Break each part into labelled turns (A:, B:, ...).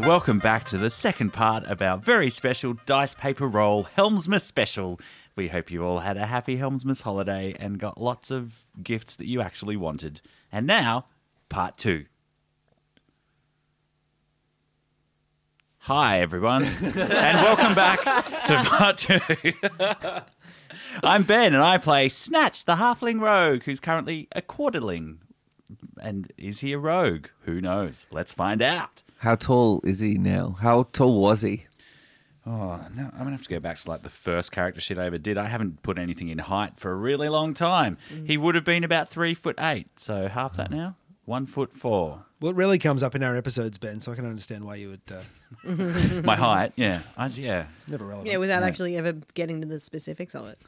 A: Welcome back to the second part of our very special Dice Paper Roll Helmsmas special. We hope you all had a happy Helmsmas holiday and got lots of gifts that you actually wanted. And now, part two. Hi, everyone, and welcome back to part two. I'm Ben, and I play Snatch, the halfling rogue, who's currently a quarterling. And is he a rogue? Who knows? Let's find out.
B: How tall is he now? How tall was he?
A: Oh, no, I'm going to have to go back to like the first character shit I ever did. I haven't put anything in height for a really long time.
C: Mm.
A: He would have been about three foot eight, so half that now, one foot four.
D: Well, it really comes up in our episodes, Ben, so I can understand why you would. Uh,
A: My height, yeah. I, yeah.
D: it's never relevant.
C: Yeah, without actually ever getting to the specifics of it.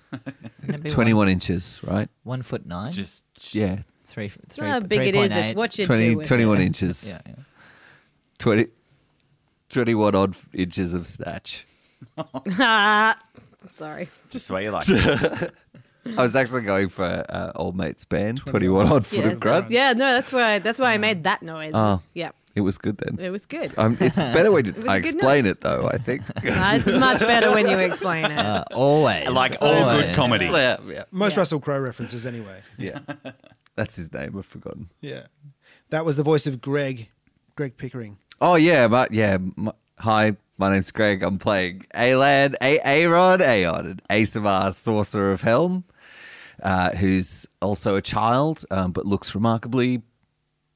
E: Maybe
B: 21 inches, right?
E: One, one foot nine.
A: Just,
B: Yeah.
E: three. three
C: It's not how big it is, it's what you do.
B: 20,
C: with
B: 21
C: it.
B: inches.
E: Yeah, yeah.
B: 20, 21 odd inches of snatch.
C: Ah, Sorry.
A: just the way you like it.
B: I was actually going for uh, old mate span, 21 odd foot
C: Yeah,
B: of grunt.
C: yeah, no, that's why. That's why I made that noise.
B: Oh.
C: Yeah,
B: It was good then.
C: it was good.
B: Um, it's better when
C: was
B: I
C: good
B: explain
C: noise.
B: it, though, I think.
C: Nah, Uh, it's much better when you explain it.
B: Ah.
E: Uh, always.
A: Like all good
E: always.
A: comedy.
B: yeah, yeah,
D: Most
C: Yeah.
D: Russell Crowe references, anyway.
B: yeah. That's his name. I've forgotten.
D: Yeah, that was the voice of Greg, Greg Pickering.
B: Oh, yeah. But, yeah. My, hi, my name's Greg. I'm playing Alan, A- Aaron, Aeon, an Ace of Our Sorcerer of Helm, uh, who's also a child, um, but looks remarkably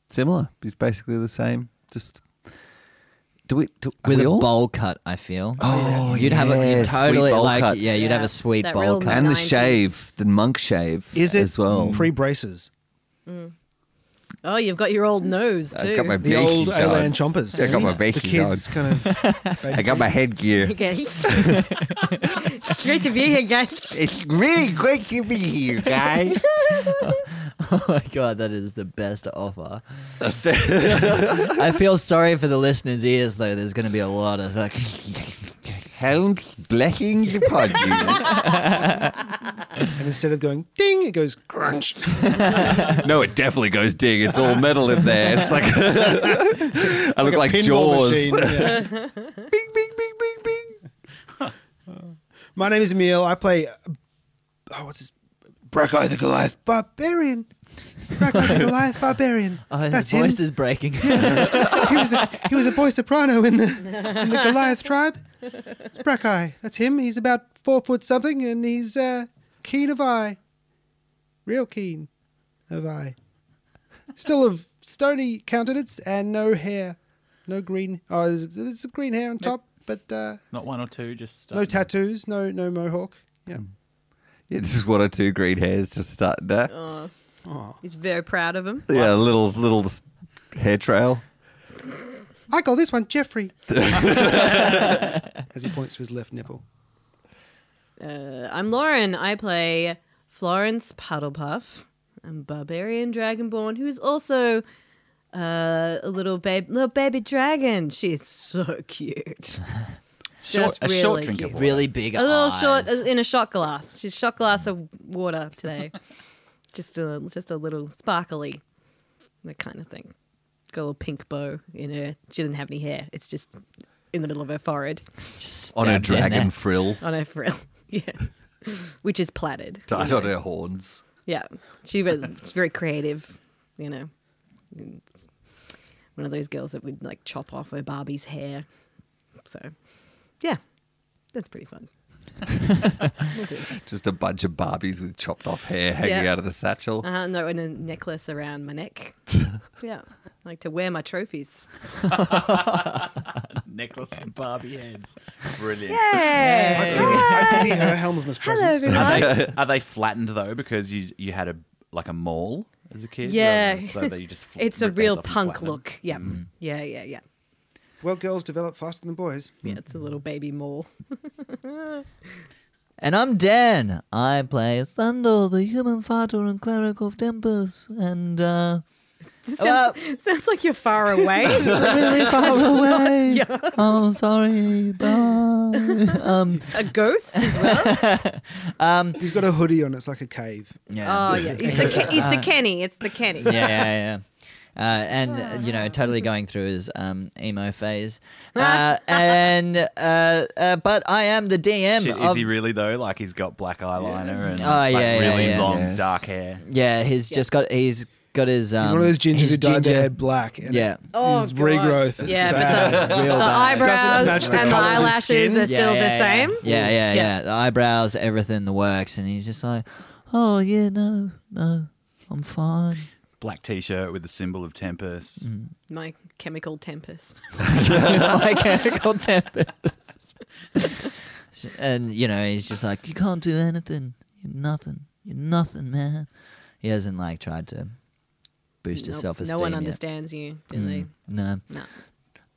B: similar. He's basically the same. Just. Do we. Do, are
E: With
B: we
E: a
B: all?
E: bowl cut, I feel.
B: Oh,
E: you'd have a
B: yeah,
E: you'd
B: sweet
E: totally
B: bowl
E: like
B: cut.
E: yeah, you'd have
C: Yeah,
E: a sweet
C: that
E: bowl
C: real
E: cut.
B: and the
C: 90s.
B: shave, the monk shave,
D: Is it
B: as well?
D: pre braces?
C: Oh, you've got your old nose too.
B: I got my
D: The old
B: baking going.
D: Alan Chompers.
B: I got my
D: the
B: baking
D: kids kind of.
B: I got my headgear.
C: Okay. It's Great to be here, guys.
B: It's really great to be here, guys.
E: oh my god, that is the best offer. I feel sorry for the listeners' ears though. There's going to be a lot of like.
B: Helm's blessings upon you.
D: and instead of going ding, it goes crunch.
B: no, it definitely goes ding. It's all metal in there. It's like I look like,
D: Pinball
B: Jaws.
D: machine, yeah.
B: bing, bing, bing, bing, bing.
D: My name is Emil. I play. uh, Oh, what's his? Bracco the Goliath Barbarian. Bracco the Goliath Barbarian.
E: Oh, his
D: That's
E: voice
D: him.
E: is breaking.
D: he was a, he was a boy soprano in the in the Goliath tribe. It's Bracco. That's him. He's about four foot something, and he's uh, keen of eye, real keen of eye. Still of stony countenance and no hair, no green. Oh, there's, there's some green hair on top, but uh,
A: Not one or two, just.
D: no
A: um,
D: tattoos, no no mohawk. Yeah.
B: Yeah, just one or two green hairs just starting to.
C: He's very proud of him.
B: Yeah, a little little s- hair trail.
D: I call this one Jeffrey. As he points to his left nipple.
C: Uh, I'm Lauren. I play Florence Puddlepuff. I'm barbarian dragonborn who is also uh, a little baby, little baby dragon. She's so cute.
A: Short,
C: Just
A: a short
C: really
A: drink
C: cute.
A: of water.
E: really big
C: A little
E: eyes.
C: short uh, in a shot glass. She's shot glass of water today. just a just a little sparkly, that kind of thing. Got a little pink bow in her. She doesn't have any hair. It's just in the middle of her forehead
E: Just
B: On a
E: stabbed in there.
B: dragon frill
C: on her frill. yeah, which is plaited.
B: tied on her horns.
C: Yeah, she was she's very creative, you know. It's One of those girls that would like chop off her Barbie's hair. So, yeah, that's pretty fun. We'll do that.
B: Just a bunch of Barbies with chopped off hair hanging
C: Yeah.
B: out of the satchel.
C: Uh, no, and a necklace around my neck. yeah, I like to wear my trophies.
A: necklace and Barbie heads. Brilliant.
C: Yay!
D: I pity her helmsman's presence.
A: Are they, are they flattened though because you you had a like a mall as a kid?
C: Yeah.
A: Um, So that you just fl-
C: It's a
A: rip things
C: real
A: off Mm-hmm. and
C: punk
A: flatten them?
C: look. Yeah, yeah, yeah, yeah.
D: Well, girls develop faster than boys.
C: Yeah, it's
A: Mm-hmm.
C: a little baby mole.
E: And I'm Dan. I play Thunder, the human fighter and cleric of Tempest, and uh,
C: Sounds, sounds like you're far away.
E: really far away. Oh, sorry. Bye. um,
C: a ghost as well.
D: He's got a hoodie on. It's like a cave.
E: yeah.
C: Oh yeah, he's the, Ke- he's the Kenny. It's the Kenny.
E: yeah, yeah, yeah.
F: uh, and uh, you know, totally going through his um, emo phase. Uh, and uh, uh, but I am the DM.
A: Shit,
F: of,
A: is he really though? Like he's got black eyeliner and
F: um, Oh,
A: like,
F: yeah, yeah,
A: really
F: yeah.
A: long
E: Yes.
A: dark hair.
F: yeah, he's just got he's got his. Um,
D: He's one of those gingers
F: his
D: who dyed
F: ginger-
D: their head black. And
F: Yeah.
C: Oh,
D: His
C: God.
D: regrowth.
C: Yeah,
D: Bad.
C: but the,
F: Real
C: the
F: bad.
D: match
C: eyebrows
D: the
C: and the
D: colour of his
C: eyelashes
D: skin.
C: are still
F: yeah,
C: the
F: yeah.
C: same.
F: Yeah, yeah,
C: Yeah.
F: yeah, The eyebrows, everything, the works, and he's just like, oh yeah, no, no, I'm fine.
A: Black t shirt with the symbol of Tempest.
F: Mm.
C: My chemical tempest.
F: my chemical tempest. and you know, he's just like, you can't do anything. You're nothing. You're nothing, man. He hasn't like tried to boost his
C: Nope,
F: self esteem.
C: no one understands you, do
F: No.
C: they? No.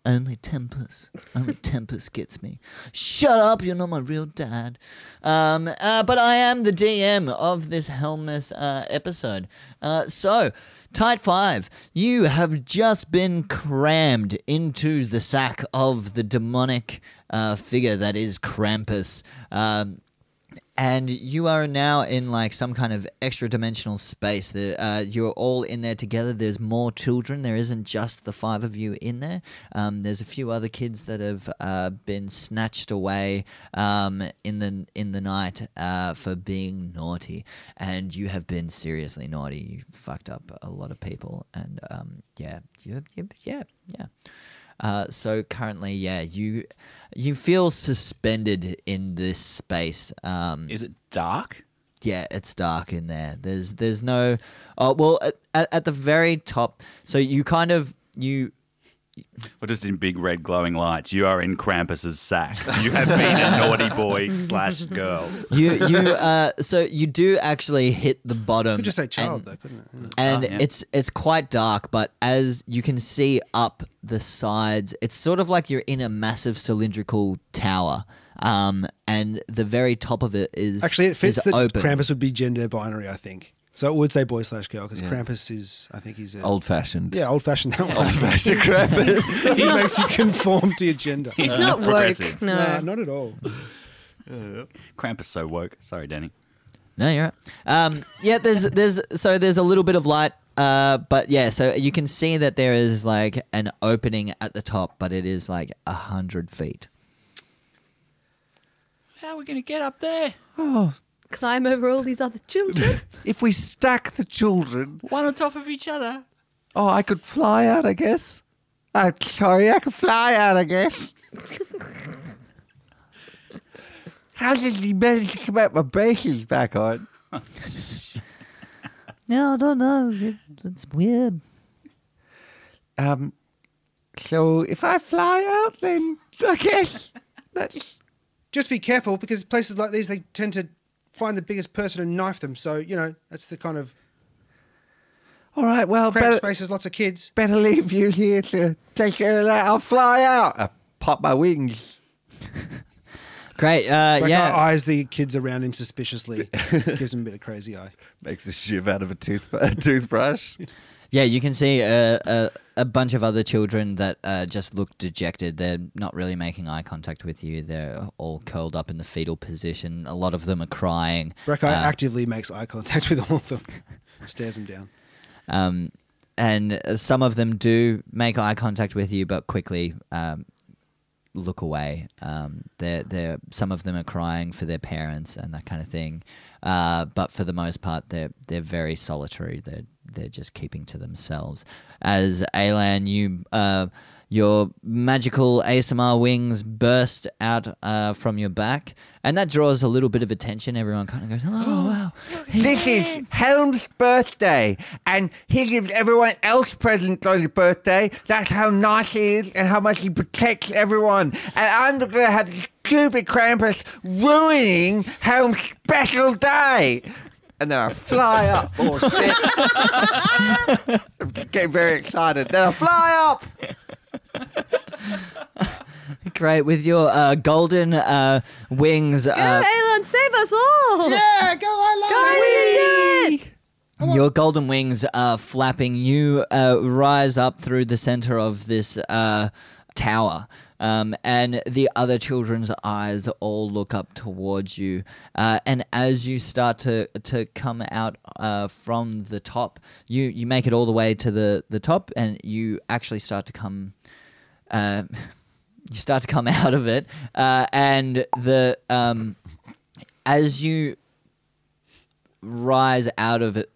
F: Only Tempest. Only Tempest gets me. Shut up, you're not my real dad. Um, uh, but I am the DM of this Helmus uh, episode. Uh, so, Tight Five, you have just been crammed into the sack of the demonic uh, figure that is Krampus. Um, and you are now in like some kind of extra dimensional space. The, uh, you're all in there together. There's more children. There isn't just the five of you in there. Um, there's a few other kids that have uh, been snatched away um, in the in the night uh, for being naughty, and you have been seriously naughty. You fucked up a lot of people, and um, yeah, you, you, yeah, yeah. Uh, so currently, yeah, you you feel suspended in this space. Um,
A: Is it dark?
F: yeah, it's dark in there. There's there's no. Oh well, at- at, at the very top. So you kind of you
A: Or just in big red glowing lights? You are in Krampus's sack. You have been a naughty boy slash girl.
F: you you uh. So you do actually hit the bottom.
D: Could just say child,
F: and-
D: though, couldn't it?
F: and
A: Oh, yeah.
F: it's it's quite dark but as you can see up the sides it's sort of like you're in a massive cylindrical tower um and the very top of it is
D: Actually, it fits
F: is
D: that
F: open.
D: Krampus would be gender binary, I think. So it would say boy slash girl because Krampus is, I think he's a,
E: Old fashioned.
D: yeah, old fashioned that
E: Old
D: one.
E: fashioned Krampus.
D: he makes you conform to your gender.
C: It's not
A: progressive.
C: woke. No.
D: Nah, not at all.
A: Krampus so woke. Sorry, Danny.
F: No, you're right. Um, yeah, there's there's so there's a little bit of light, uh, but yeah, so you can see that there is like an opening at the top, but it is like a hundred feet.
A: How are we gonna get up there?
C: Climb over all these other children.
E: if we stack the children,
A: One on top of each other.
E: oh, I could fly out, I guess.
B: Uh,
E: I'm sorry, I could fly out, I guess. How did he manage to come out my braces back on?
F: No, I don't know. It, it's weird.
E: Um, so if I fly out, then I guess that's
D: Just be careful because places like these, they tend to find the biggest person and knife them. So, you know, that's the kind of
E: all right.
F: Oh,
E: Well,
D: cramped
E: better,
D: spaces, lots of kids.
E: better leave you here to take care of that. I'll fly out. I pop my wings.
F: Great. Uh,
D: Like
F: yeah.
D: eyes the kids around him suspiciously. Gives him a bit of crazy eye.
E: Makes a shiv out of a, tooth, a toothbrush.
F: Yeah, you can see a, a, a bunch of other children that uh, just look dejected. They're not really making eye contact with you. They're all curled up in the fetal position. A lot of them are crying.
D: Brekkai actively makes eye contact with all of them, stares them down.
F: Um, and uh, some of them do make eye contact with you, but quickly um, look away. Um, they're, they're, some of them are crying for their parents and that kind of thing. Uh, but for the most part, they're, they're very solitary. They're, they're just keeping to themselves. As Alan, you, uh, your magical ASMR wings burst out uh, from your back, and that draws a little bit of attention. Everyone kind of goes, oh, wow.
E: This is Helm's birthday, and he gives everyone else presents on his birthday. That's how nice he is and how much he protects everyone. And I'm not going to have this stupid Krampus ruining Helm's special day. And then I fly up. Oh, shit. I'm getting very excited. Then I fly up.
F: Great with your uh, golden uh, wings. Uh,
C: Elon, save us all!
D: Yeah, go I
C: Go, Dad!
F: your golden wings are flapping. You uh, rise up through the center of this uh, tower. Um, and the other children's eyes all look up towards you. Uh, and as you start to, to come out uh, from the top, you, you make it all the way to the, the top and you actually start to come uh, you start to come out of it, uh, and the um, as you rise out of it,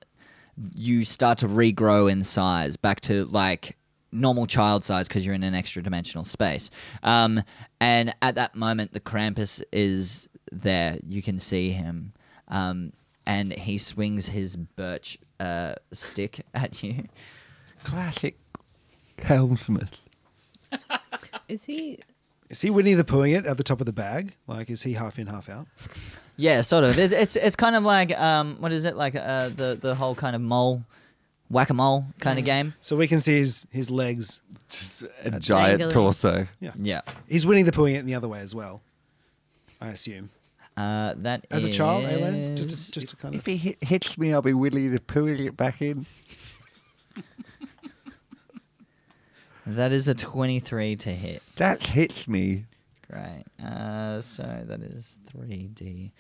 F: you start to regrow in size back to like normal child size because you're in an extra dimensional space. Um, and at that moment, the Krampus is there. You can see him. Um, and he swings his birch uh, stick at you.
B: Classic Helmsmith.
C: Is he?
D: Is he Winnie the Poohing it at the top of the bag? Like, is he half in, half out?
F: Yeah, sort of. It, it's it's kind of like um, what is it like uh, the the whole kind of mole, whack a mole kind of game.
D: So we can see his his legs.
B: Just a giant
C: dangling.
B: torso.
D: Yeah,
F: Yeah,
D: he's Winnie the Poohing it in the other way as well. I assume
F: uh, that
D: as a child,
F: is-
D: Alan. Just to, just to kind of.
B: he hit, hits me, I'll be Willy the pooing it back in.
F: that is a twenty three to hit.
B: That hits me.
F: Great. Uh, so that is three d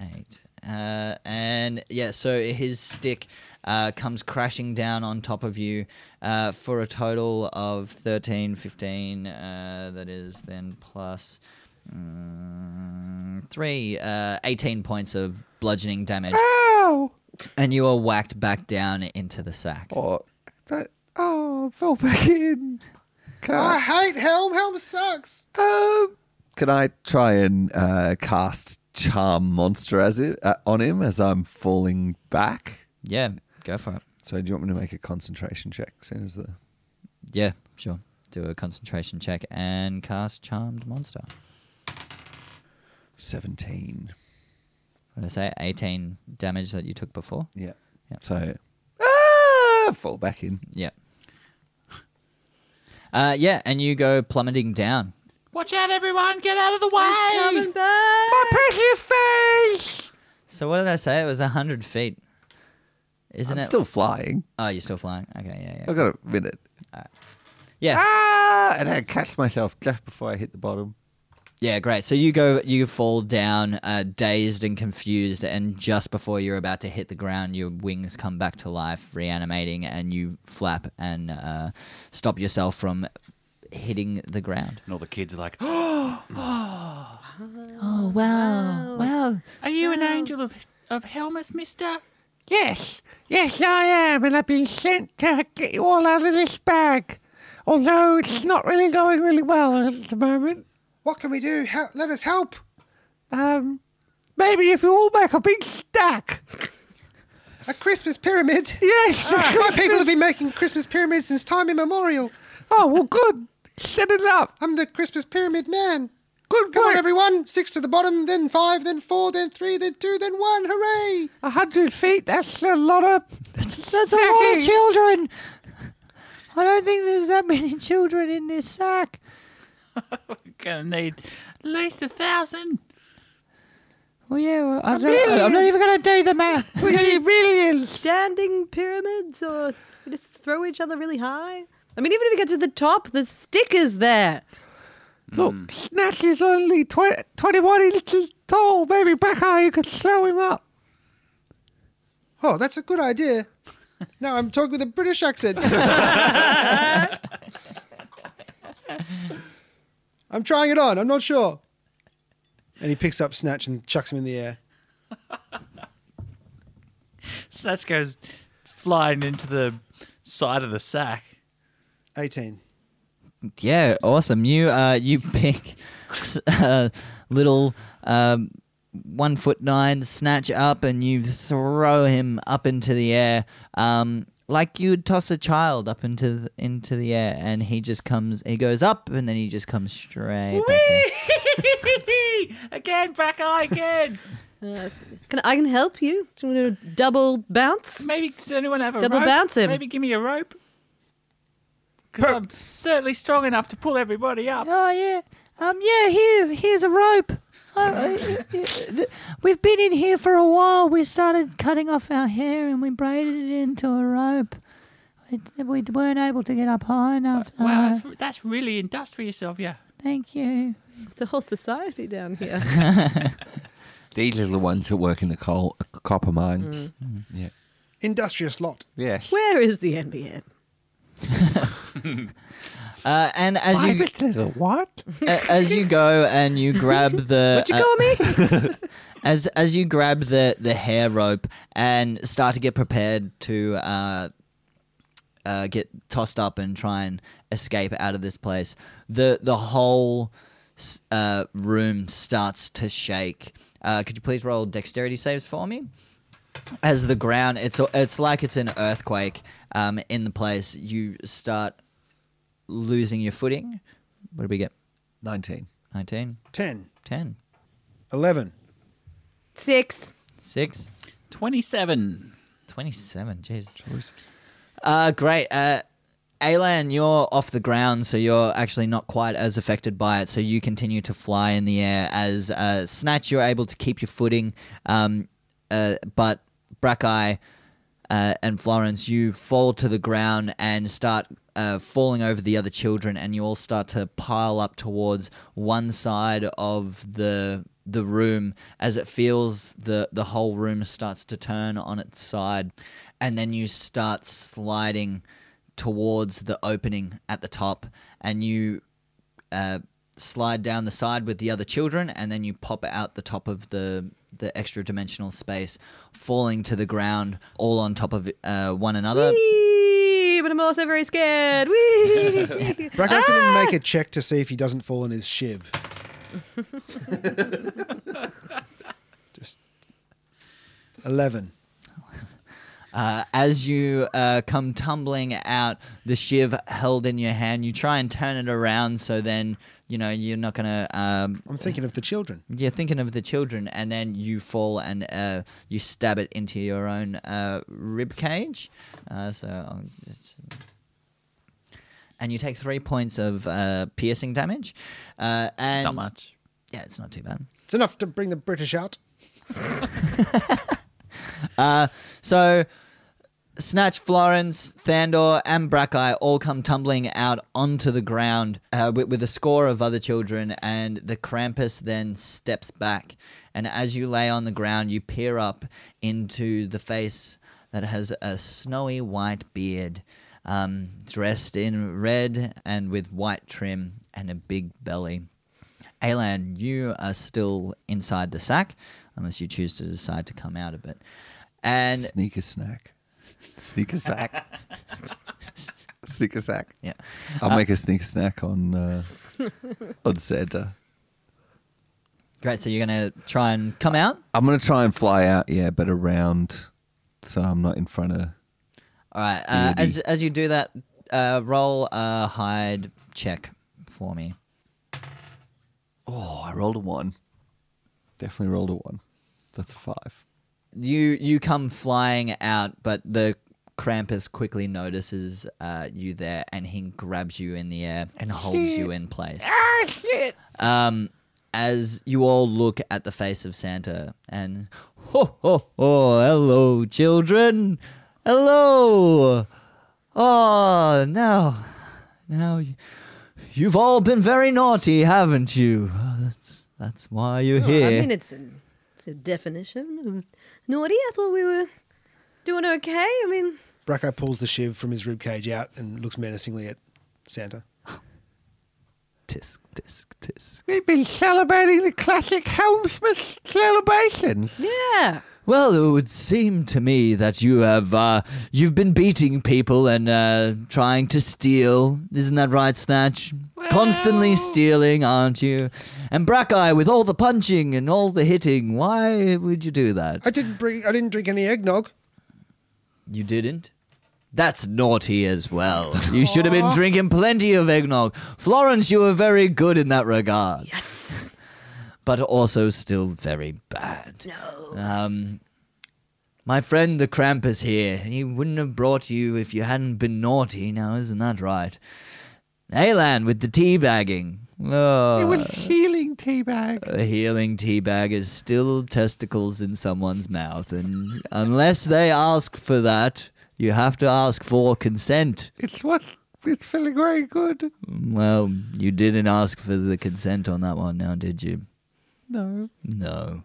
F: eight. Uh, and yeah, so his stick uh, comes crashing down on top of you uh, for a total of 13, 15. Uh, that is then plus Mm, three, uh, 18 points of bludgeoning damage,
B: Ah! Ow!
F: and you are whacked back down into the sack.
B: Oh, that, oh, I fell back in. Can
D: I
B: I,
D: hate Helm. Helm sucks.
B: um, can I try and uh, cast Charm Monster as it, uh, on him as I'm falling back?
F: Yeah, go for it.
B: So do you want me to make a concentration check? Soon as the
F: Yeah, sure. Do a concentration check and cast Charmed Monster.
B: 17.
F: What did I say? 18 damage that you took before?
B: Yeah.
F: Yeah.
B: So ah, fall back in.
F: Yeah. Uh, yeah, and you go plummeting down.
G: Watch out, everyone! Get out of the
C: Coming
G: way!
C: back.
F: So what did I say? It was 100 feet. Isn't
B: I'm
F: it?
B: still flying.
F: oh, you're still flying. Okay, yeah, yeah.
B: I've got a minute.
F: Yeah.
B: Ah, and I catch myself just before I hit the bottom.
F: Yeah, great. So you go, you fall down, uh, dazed and confused, and just before you're about to hit the ground, your wings come back to life, reanimating, and you flap and uh, stop yourself from hitting the ground.
G: And all the kids are like,
F: Oh wow, wow!
G: Are you an angel of, of Helmus, mister?
H: Yes, yes, I am, and I've been sent to get you all out of this bag. Although it's not really going really well at the moment.
D: What can we do? Hel- let us help.
H: Um, maybe if you all make a big stack.
D: A Christmas pyramid.
H: Yes,
D: My people have been making Christmas pyramids since time immemorial.
H: oh well, good. Set it up.
D: I'm the Christmas pyramid man.
H: Good
D: Come on,
H: work.
D: everyone. Six to the bottom, then five, then four, then three, then two, then one. Hooray!
H: A hundred feet. That's a lot of.
F: That's
H: a lot of children. I don't think there's that many children in this sack.
G: We're gonna need at least a thousand.
H: Well, yeah, well, I don't, I'm not even going to do the math. We need millions.
C: Standing pyramids, or we just throw each other really high. I mean, even if we get to the top, the stick is there.
H: Look, Snatch is only 20, 21 inches tall. Maybe Brackeye, you could throw him up.
D: Oh, that's a good idea. Now I'm talking with a British accent. I'm trying it on. I'm not sure. And he picks up Snatch and chucks him in the air.
G: Snatch goes flying into the side of the sack.
D: 18.
F: Yeah, awesome. You uh, you pick uh, little um, one foot nine snatch up, and you throw him up into the air, um, like you would toss a child up into the, into the air, and he just comes. He goes up, and then he just comes straight. back down.
G: again, back eye again.
C: Uh, Can I can help you? Do you want to double bounce?
G: Maybe does anyone have a
C: Double
G: rope?
C: bounce him.
G: Maybe give me a rope. Because I'm certainly strong enough to pull everybody up.
H: Oh, yeah. Um, yeah, here, here's a rope. Uh, we've been in here for a while. We started cutting off our hair and we braided it into a rope.
I: It- We weren't able to get up high enough.
G: Wow,
I: uh,
C: Uh-huh.
G: that's, that's really industrious of you.
I: thank you.
C: It's a whole society down here.
B: These are the ones that work in the coal uh, copper mine.
F: Mm.
B: Yeah.
D: Industrious lot.
B: Yeah.
C: Where is the NBN?
F: Uh, and as you
H: Private little what?
F: a- as you go and you grab the
C: What you
F: uh,
C: call me?
F: as as you grab the the hair rope and start to get prepared to uh, uh, get tossed up and try and escape out of this place, the the whole s- uh, room starts to shake. Uh, could you please roll dexterity saves for me? As the ground, it's it's like it's an earthquake um, in the place. You start losing your footing. What did we get?
B: 19.
F: 19,
D: 10,
F: 10,
D: 11.
C: Six.
F: 6,
G: 27.
F: 27 jeez uh great uh Alan, you're off the ground, so you're actually not quite as affected by it. So you continue to fly in the air. As uh, Snatch, you're able to keep your footing, um, uh, but Brackeye uh, and Florence, you fall to the ground and start uh, falling over the other children, and you all start to pile up towards one side of the the room as it feels the the whole room starts to turn on its side, and then you start sliding towards the opening at the top, and you uh, slide down the side with the other children, and then you pop out the top of the the extra dimensional space, falling to the ground, all on top of uh, one another.
C: Whee! But I'm also very scared. Whee!
D: Brackett's going to make a check to see if he doesn't fall in his shiv. Just 11.
F: Uh, as you uh, come tumbling out, the shiv held in your hand, you try and turn it around so then you know you're not gonna um,
D: I'm thinking of the children.
F: You're thinking of the children, and then you fall and uh, you stab it into your own uh, rib cage. Uh, so, I'll just- and you take three points of uh, piercing damage. Uh, and
G: Not much.
F: yeah, it's not too bad.
D: It's enough to bring the British out.
F: So, Snatch, Florence, Thandor, and Brackeye all come tumbling out onto the ground uh, with, with a score of other children, and the Krampus then steps back. And as you lay on the ground, you peer up into the face that has a snowy white beard, um, dressed in red and with white trim and a big belly. Alan, you are still inside the sack, unless you choose to decide to come out of it. And
B: Sneaker snack. Sneaker sack. sneaker sack.
F: Yeah. Uh,
B: I'll make a sneaker snack on uh, on Santa.
F: Great. So you're going to try and come out?
B: I'm going to try and fly out, yeah, but around so I'm not in front of.
F: All right. Uh, as, as you do that, uh, roll a hide check for me.
B: Oh, I rolled a one. Definitely rolled a one. That's a five.
F: You you come flying out, but the Krampus quickly notices uh, you there and he grabs you in the air and holds you in place.
H: Ah, shit!
F: Um, as you all look at the face of Santa and ho ho ho, hello children, hello. Oh, now, now, y- you've all been very naughty, haven't you? Oh, that's that's why you're
C: Oh,
F: here.
C: I mean, it's a, it's a definition of naughty. I thought we were doing okay. I mean,
D: Bracco pulls the shiv from his ribcage out and looks menacingly at Santa.
F: tisk tisk tisk.
H: We've been celebrating the classic Helmsmith celebrations.
C: yeah.
F: Well, it would seem to me that you have uh, you've been beating people and uh, trying to steal. Isn't that right, Snatch? Constantly stealing, aren't you? And Brackeye, with all the punching and all the hitting, why would you do that?
D: I didn't bring. I didn't drink any eggnog.
F: You didn't? That's naughty as well. You should have been drinking plenty of eggnog. Florence, you were very good in that regard. Yes. But also still very bad. No. Um, my friend the Krampus here, he wouldn't have brought you if you hadn't been naughty. Now, isn't that right? Alan with the tea bagging.
H: It
F: Oh,
H: was healing teabag.
F: a healing tea bag is still testicles in someone's mouth, and unless they ask for that,
E: You have to ask for consent.
H: It's what it's feeling very good.
E: Well, you didn't ask for the consent on that one now, did you?
H: No.
E: No.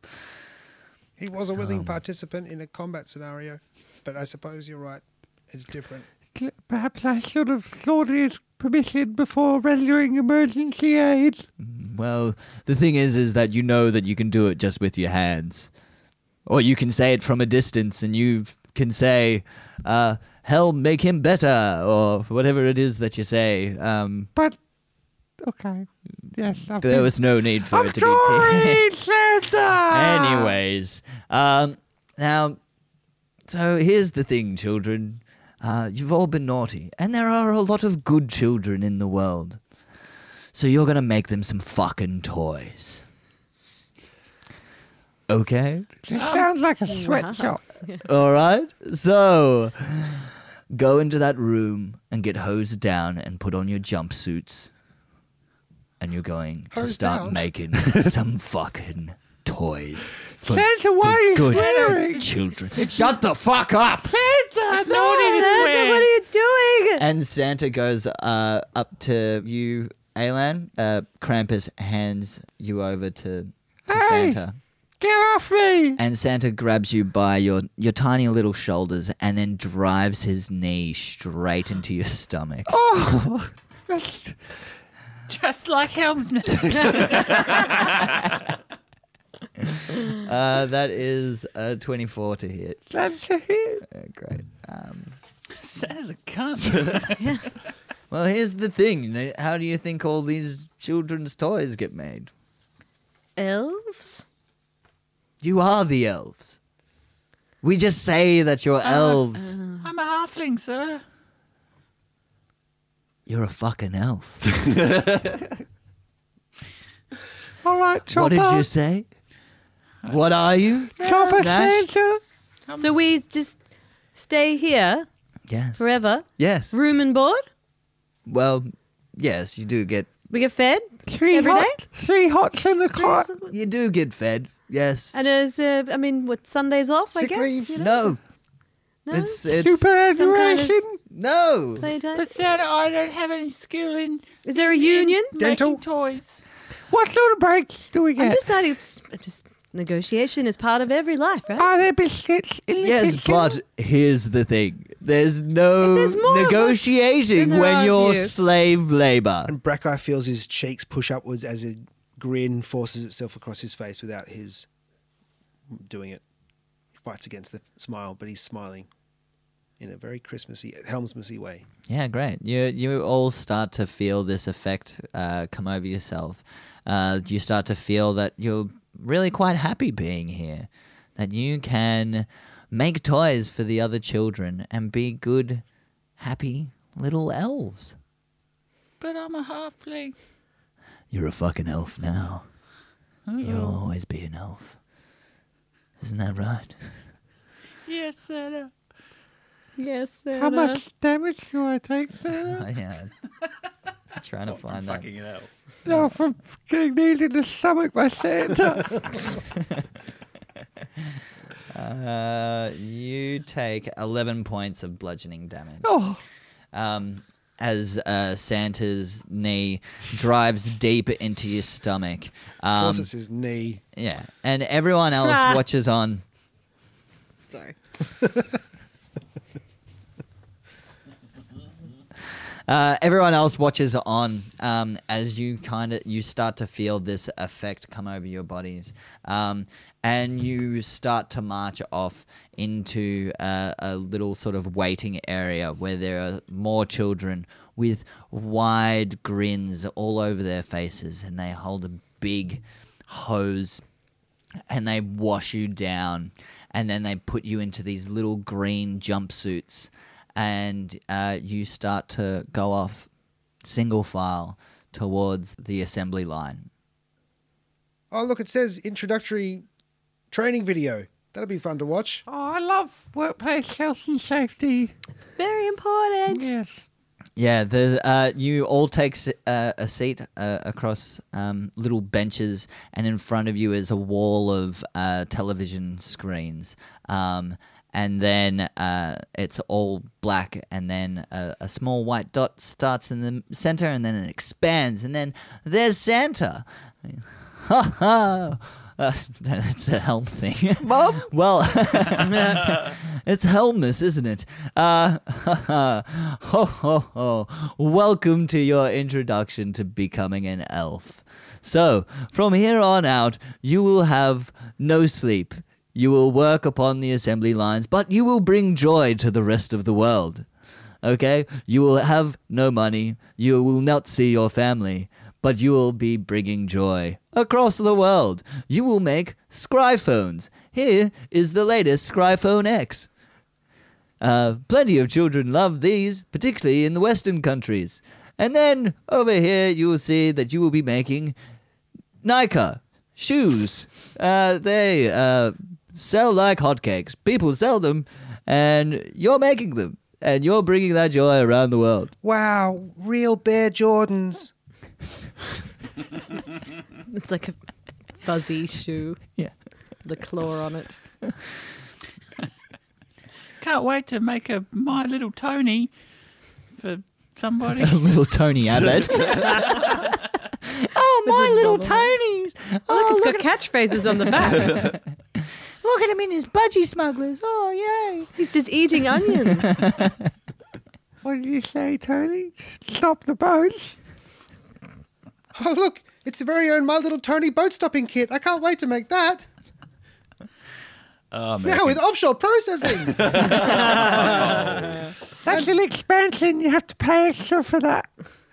D: He was a willing participant in a combat scenario, but I suppose you're right. It's different.
H: Cl- Perhaps I should have sought his permission before rendering emergency aid.
E: Well, the thing is, is that you know that you can do it just with your hands, or you can say it from a distance, and you can say, uh, "Hell, make him better," or whatever it is that you say. Um,
H: But okay. Yes, I've
E: there
H: been-
E: was no need for
H: I'm
E: it to be.
H: sorry, Santa.
E: Anyways, um, now, so here's the thing, children. Uh, you've all been naughty, and there are a lot of good children in the world. So you're gonna make them some fucking toys. Okay?
H: This sounds like a sweatshop.
E: Alright? So, go into that room and get hosed down and put on your jumpsuits. And you're going to
D: Hosed
E: start
D: down?
E: making some fucking toys. for
H: Santa, why are you
E: good
H: swearing?
E: children. Shut the fuck up!
H: Santa, no.
C: Santa, what are you doing?
E: And Santa goes uh, up to you, Alan. Uh, Krampus hands you over to, to
H: Hey.
E: Santa.
H: Get off me!
E: And Santa grabs you by your, your tiny little shoulders and then drives his knee straight into your stomach.
H: Oh, that's-
G: Just like Helmsman.
E: Uh, that is a 24 to hit.
H: that's a hit.
E: Uh, great. Um,
A: Santa's a cunt.
E: well, here's the thing. They- How do you think all these children's toys get made?
C: Elves?
E: You are the elves. We just say that
C: Uh,
E: you're elves.
A: I'm a halfling, sir.
E: You're a fucking elf.
H: All right,
E: What
H: chopper.
E: did you say? What are you?
H: Chopper
E: Smash?
H: Santa.
C: So we just stay here
E: Yes.
C: forever,
E: Yes.
C: room and board.
E: Well, yes, you do get
C: We get fed,
H: Three
C: Every
H: hot, three hots in the cot.
E: you do get fed. Yes.
C: and as uh, I mean, what Sundays off? I
D: Sick
C: guess
D: leave.
C: you know? No?
E: No. It's it's
H: Superannuation.
E: no.
C: Playtime.
G: But Santa, I don't have any skill in
C: Is there a union?
D: Dental?
G: making toys.
H: What sort of breaks do we
C: I'm
H: get?
C: just deciding. Just negotiation is part of every life,
E: Uh,
C: right?
H: Are there biscuits in the
E: Yes,
H: kitchen?
E: but here's the thing. There's no
C: There's more of us than
E: negotiating
C: there are
E: when
C: of
E: you're
C: you.
E: slave labor.
D: And Brackeye feels his cheeks push upwards as a grin forces itself across his face without his doing it. He fights against the smile, but he's smiling in a very Christmassy, Helmsmassy way.
E: Yeah, great. You you all start to feel this effect uh, come over yourself. Uh, you start to feel that you're really quite happy being here, that you can make toys for the other children and be good, happy little elves.
G: But I'm a halfling.
E: You're a fucking elf now. You'll always be an elf. Isn't that right?
G: Yes, Santa.
C: Yes. Santa.
H: How much damage do I take there?
E: Oh, yeah. Oh, I'm trying to find that.
A: Fucking hell.
H: No, from getting kneed in the stomach by Santa.
E: Uh, you take 11 points of bludgeoning damage.
H: oh,
E: um, as uh, Santa's knee drives deep into your stomach. Um,
D: Forces his knee.
E: yeah, and everyone else
C: Ah.
E: watches on.
C: Sorry.
E: Uh, everyone else watches on um, as you kind of you start to feel this effect come over your bodies, um, and you start to march off into uh, a little sort of waiting area where there are more children with wide grins all over their faces, and they hold a big hose and they wash you down and then they put you into these little green jumpsuits and uh, you start to go off single file towards the assembly line
D: Oh, look, it says introductory training video. That'll be fun to watch.
H: oh, I love workplace health and safety.
C: It's very important.
H: Yes.
E: yeah the, uh, you all take s- uh, a seat uh, across um, little benches and in front of you is a wall of uh, television screens um, and then uh, it's all black, and then a, a small white dot starts in the center, and then it expands, and then there's Santa. Ha ha! Uh, that's a helm thing. Mom? well, it's Helmus, isn't it? Uh, ho ho ho. Welcome to your introduction to becoming an elf. So, from here on out, you will have no sleep. You will work upon the assembly lines, but you will bring joy to the rest of the world. Okay? You will have no money. You will not see your family, but you will be bringing joy across the world. You will make Scryphones. Here is the latest Scryphone X. Uh, plenty of children love these, particularly in the Western countries. And then over here, you will see that you will be making Nika shoes. Uh, they uh, sell like hotcakes. People sell them, and you're making them, and you're bringing that joy around the world.
D: Wow, real Bear Jordans.
C: It's like a fuzzy shoe.
E: Yeah.
C: The claw on it.
G: Can't wait to make a My Little Tony for somebody.
E: little Tony Abbott. oh, my little Tonys!
C: Look,
E: Oh,
C: it's
E: look,
C: got catchphrases on the back.
E: look at him in his budgie smugglers. Oh, yay!
C: He's just eating onions.
H: What did you say, Tony? Stop the boats.
D: Oh, look, it's the very own My Little Tony boat stopping kit. I can't wait to make that.
A: Oh, man.
D: Now with offshore processing.
H: That's an expansion. You have to pay extra for that.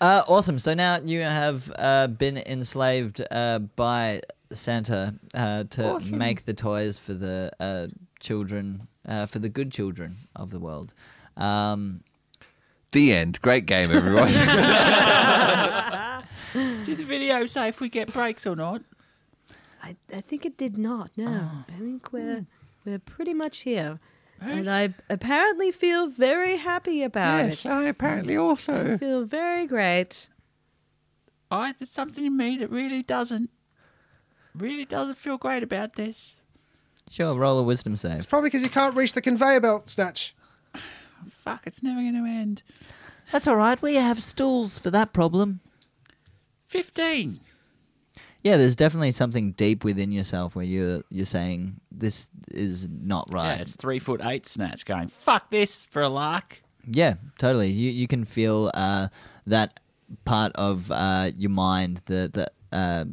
E: Uh, awesome. So now you have uh, been enslaved uh, by Santa uh, to make the toys for the uh, children, uh, for the good children of the world. Um,
B: The end. Great game, everyone.
G: Did the video say if we get breaks or not?
C: I, I think it did not. No,
E: Oh.
C: I think we're we're pretty much here,
G: Who's-
C: and I apparently feel very happy about
H: Yes,
C: it.
H: I apparently
C: I
H: also.
C: feel very great.
G: I there's something in me that really doesn't, really doesn't feel great about this.
E: sure, roll a wisdom save.
D: it's probably because you can't reach the conveyor belt snatch.
G: Fuck, it's never going to end.
E: That's all right. We have stools for that problem.
G: Fifteen.
E: Yeah, there's definitely something deep within yourself where you're you're saying this is not right.
A: Yeah, it's three foot eight snatch going, fuck this for a lark.
E: Yeah, totally. You you can feel uh, that part of uh, your mind, the the uh,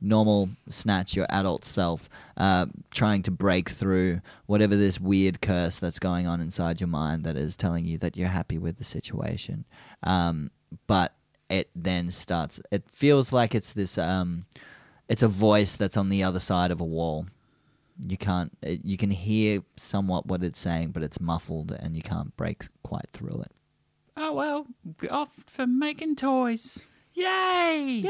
E: normal snatch, your adult self, uh, trying to break through whatever this weird curse that's going on inside your mind that is telling you that you're happy with the situation. Um, but it then starts. It feels like it's this. Um, it's a voice that's on the other side of a wall you can't it, you can hear somewhat what it's saying but it's muffled and you can't break quite through it
G: Oh well, off for making toys. Yay!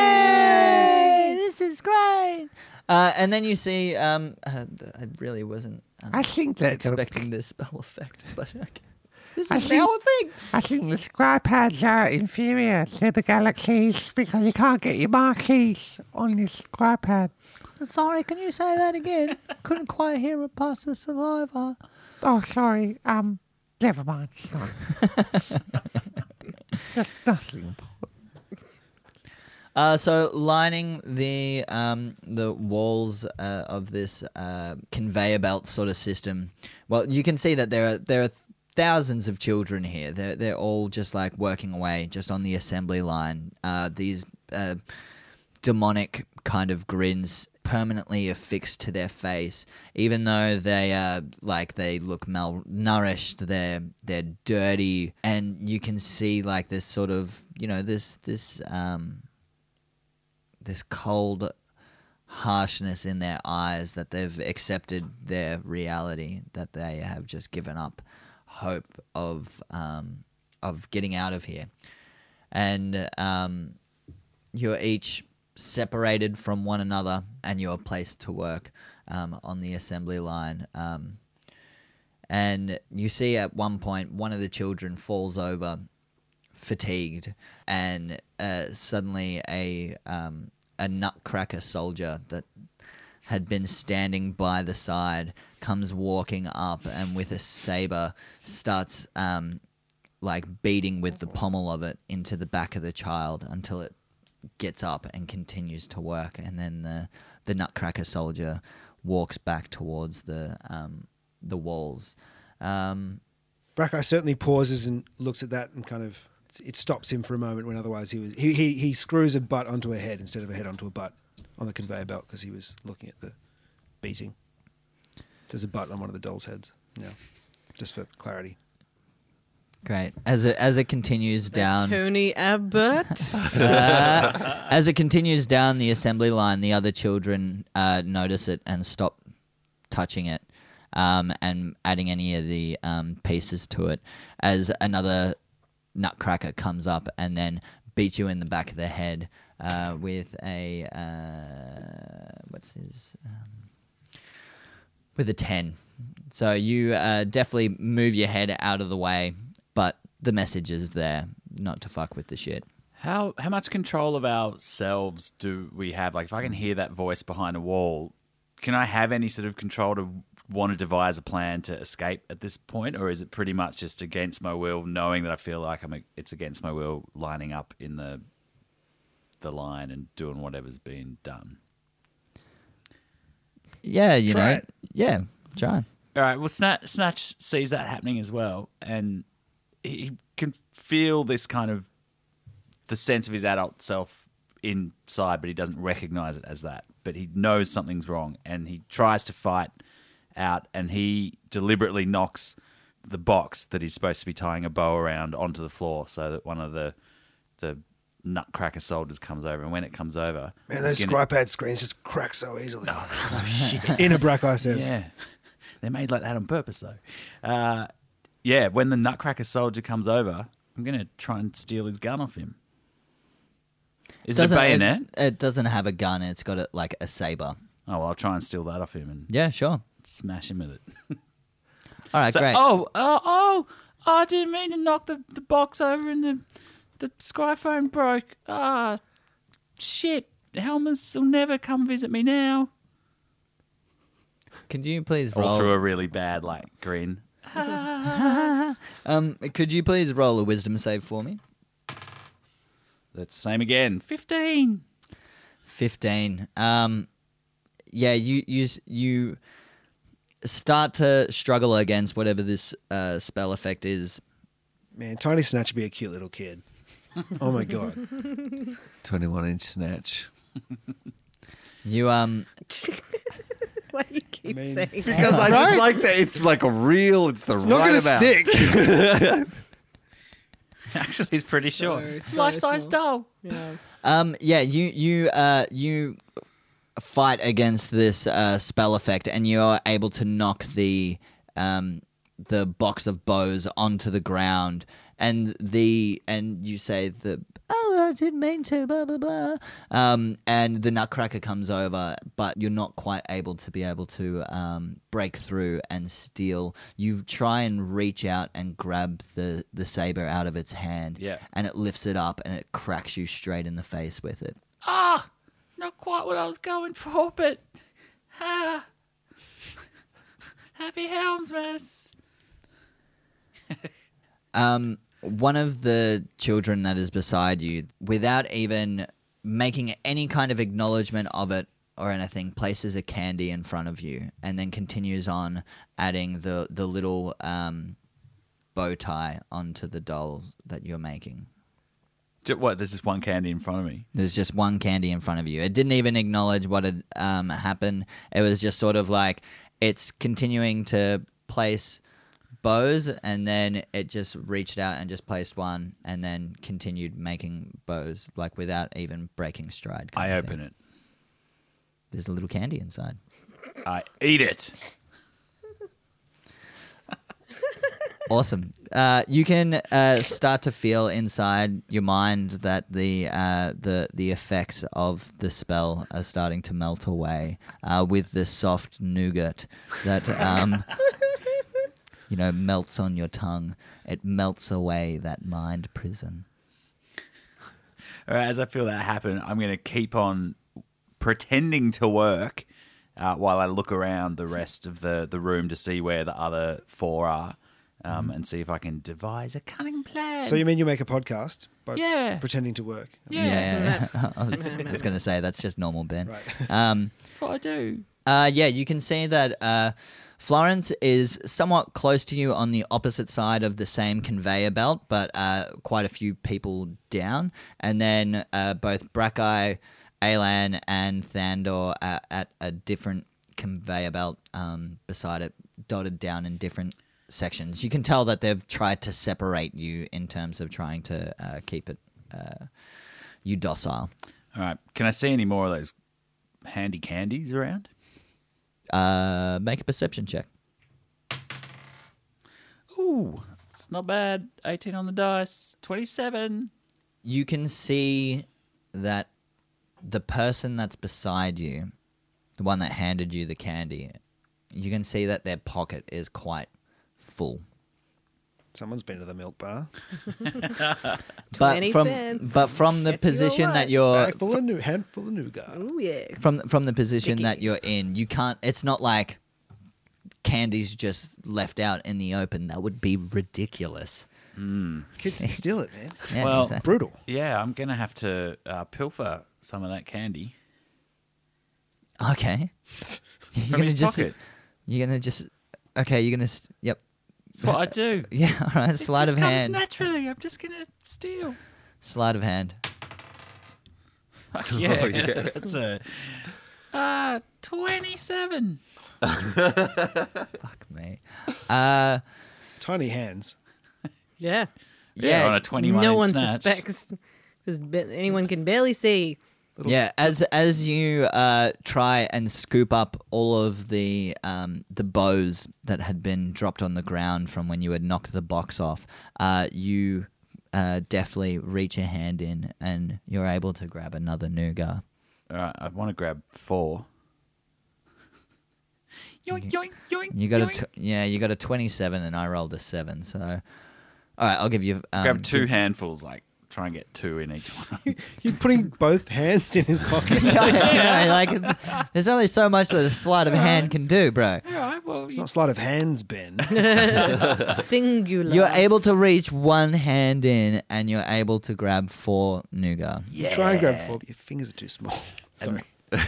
E: yay this is great uh, and then you see um, uh, i really wasn't um,
H: I think that's.
E: expecting this spell effect but okay.
H: I think, I think the sky pads are inferior to the galaxies because you can't get your marquees on your sky pad.
E: sorry can you say that again couldn't quite hear it past the saliva
H: Oh, sorry. Um, never mind. Sorry. That's nothing.
E: Uh, so lining the um, the walls uh, of this uh, conveyor belt sort of system. Well, you can see that there are there are thousands of children here. They're they're all just like working away just on the assembly line. Uh, these uh, demonic kind of grins permanently affixed to their face, even though they are like they look malnourished. They're they're dirty, and you can see like this sort of you know this this. Um, this cold harshness in their eyes that they've accepted their reality that they have just given up hope of um, of getting out of here and um, you're each separated from one another and you're placed to work um, on the assembly line um, and you see at one point one of the children falls over fatigued, and uh, suddenly a um, a nutcracker soldier that had been standing by the side, comes walking up and with a saber starts um, like beating with the pommel of it into the back of the child until it gets up and continues to work. And then the, the Nutcracker soldier walks back towards the um, the walls. Um,
D: Brackeye certainly pauses and looks at that and kind of it stops him for a moment when otherwise he was he he, he screws a butt onto a head instead of a head onto a butt on the conveyor belt because he was looking at the beating. There's a butt on one of the doll's heads. Yeah, just for clarity.
E: great. As it as it continues down.
C: Tony Abbott.
E: As it continues down the assembly line, the other children uh, notice it and stop touching it um, and adding any of the um, pieces to it as another nutcracker comes up and then beats you in the back of the head uh, with a. Uh, what's his. Um, with a 10. So you uh, definitely move your head out of the way, but the message is there not to fuck with the shit.
A: How how much control of ourselves do we have? Like, if I can hear that voice behind a wall, can I have any sort of control to want to devise a plan to escape at this point, or is it pretty much just against my will, knowing that I feel like I'm it's against my will, lining up in the the line and doing whatever's being done?
E: Yeah, you
D: Try
E: know.
D: it.
E: Yeah, try.
A: All right. Well, Snatch, Snatch sees that happening as well, and he he can feel this kind of the sense of his adult self inside, but he doesn't recognize it as that. But he knows something's wrong, and he tries to fight out, and he deliberately knocks the box that he's supposed to be tying a bow around onto the floor, so that one of the the nutcracker soldiers comes over, and when it comes over,
D: Man, those
A: it's gonna-
D: scry pad screens just crack so easily. Inner Brackeye says,
A: yeah. They're made like that on purpose, though. Uh, yeah, when the Nutcracker soldier comes over, I'm going to try and steal his gun off him. Is it a bayonet?
E: It, it doesn't have a gun. It's got a, like a saber.
A: Oh, well, I'll try and steal that off him and
E: Yeah, sure.
A: smash him with it.
E: All right,
A: So-
E: great.
A: Oh, oh, oh, oh, I didn't mean to knock the, the box over and the, the Skyphone broke. Ah, shit. Helmets will never come visit me now.
E: Could you please
A: All through
E: roll?
A: a really bad, like, grin.
E: Um, could you please roll a wisdom save for me?
A: That's the same again. 15.
E: Fifteen. Um, yeah, you you s- you start to struggle against whatever this uh, spell effect is.
D: "Man, Tiny Snatch would be a cute little kid." oh my god!
B: 21 inch snatch.
E: You um,
C: Why do you keep
D: mean-
C: saying that?
B: Because I just like to, it's like a real, it's the
D: It's
B: right
D: not going to
B: amount.
D: stick.
A: Actually, he's pretty sure.
C: Life size doll.
E: Um, yeah, you you uh, you fight against this uh, spell effect, and you are able to knock the um, the box of bows onto the ground, and the and you say the oh I didn't mean to blah blah blah, um, and the Nutcracker comes over, but you're not quite able to be able to um, break through and steal. You try and reach out and grab the the saber out of its hand,
A: Yeah.
E: and it lifts it up and it cracks you straight in the face with it.
G: Ah, not quite what I was going for, but ah, happy Helmsmas.
E: Um, one of the children that is beside you, without even making any kind of acknowledgement of it or anything, places a candy in front of you and then continues on adding the the little um, bow tie onto the dolls that you're making.
A: Ju- What? There's just one candy in front of me.
E: There's just one candy in front of you. It didn't even acknowledge what had um, happened. It was just sort of like it's continuing to place bows, and then it just reached out and just placed one, and then continued making bows like without even breaking stride.
A: I open it.
E: There's a little candy inside.
A: I eat it.
E: Awesome. Uh, you can uh, start to feel inside your mind that the uh, the the effects of the spell are starting to melt away uh, with the soft nougat that um, you know melts on your tongue. It melts away that mind prison.
A: All right, as I feel that happen, I'm going to keep on pretending to work uh, while I look around the rest of the, the room to see where the other four are um, and see if I can devise a cunning plan.
D: Mm-hmm. So you mean you make a podcast by
G: Yeah.
D: pretending to work?
G: yeah,
E: Yeah, I was, I was going to say that's just normal, Ben.
D: Right.
E: Um,
G: that's what I do.
E: uh, yeah, you can see that uh, Florence is somewhat close to you on the opposite side of the same conveyor belt, but uh, quite a few people down. And then uh, both Brackeye, Alan, and Thandor are at a different conveyor belt um, beside it, dotted down in different sections. You can tell that they've tried to separate you in terms of trying to uh, keep it. Uh, you docile.
A: All right. Can I see any more of those handy candies around?
E: Uh, make a perception check.
A: Ooh, it's not bad. 18 on the dice, 27.
E: You can see that the person that's beside you, the one that handed you the candy, you can see that their pocket is quite full.
D: Someone's been to the milk bar.
E: But
C: 20
E: from
C: cents.
E: but from the
C: Gets you
E: position
C: a
E: that
C: lot.
E: you're
D: Bag full of new, handful of nougat.
C: Oh yeah.
E: from from the position
C: Sticky.
E: that you're in, you can't. It's not like candy's just left out in the open. That would be ridiculous.
D: Kids steal it, man.
E: Yeah,
A: Well,
E: exactly.
D: Brutal.
A: Yeah, I'm going to have to uh, pilfer some of that candy
E: okay. You're
A: from
E: gonna
A: his
E: just
A: pocket.
E: you're gonna just okay. You're gonna st- yep.
G: That's what I do.
E: Yeah, all right. Sleight
G: it
E: of
G: just comes
E: hand.
G: naturally. I'm just gonna steal.
E: Sleight of hand.
A: Fuck Oh,
E: Oh,
A: yeah, that's a
G: Uh, twenty-seven.
E: Fuck me. Uh,
D: Tiny hands.
C: Yeah.
A: yeah, on
E: yeah,
A: a 21
C: no
A: inch
C: one
A: snatch.
C: suspects because anyone can barely see.
E: yeah. As as you uh, try and scoop up all of the um, the bows that had been dropped on the ground from when you had knocked the box off, uh, you uh, deftly reach a hand in and you're able to grab another nougat.
A: All right, I want to grab four.
G: Yoink, yoink, yoink.
E: You got a
G: yoink.
E: t- yeah, you got a twenty seven, and I rolled a seven. So, all right, I'll give you um,
A: Grab two handfuls, like try and get two in each one.
D: You're putting both hands in his pocket.
E: Yeah, yeah, like there's only so much that a sleight of hand can do, bro.
G: All right. Well,
D: It's
G: you-
D: not sleight of hands, Ben.
C: Singular.
E: You're able to reach one hand in, and you're able to grab four nougat.
D: Try and grab four. Your fingers are too small. Sorry.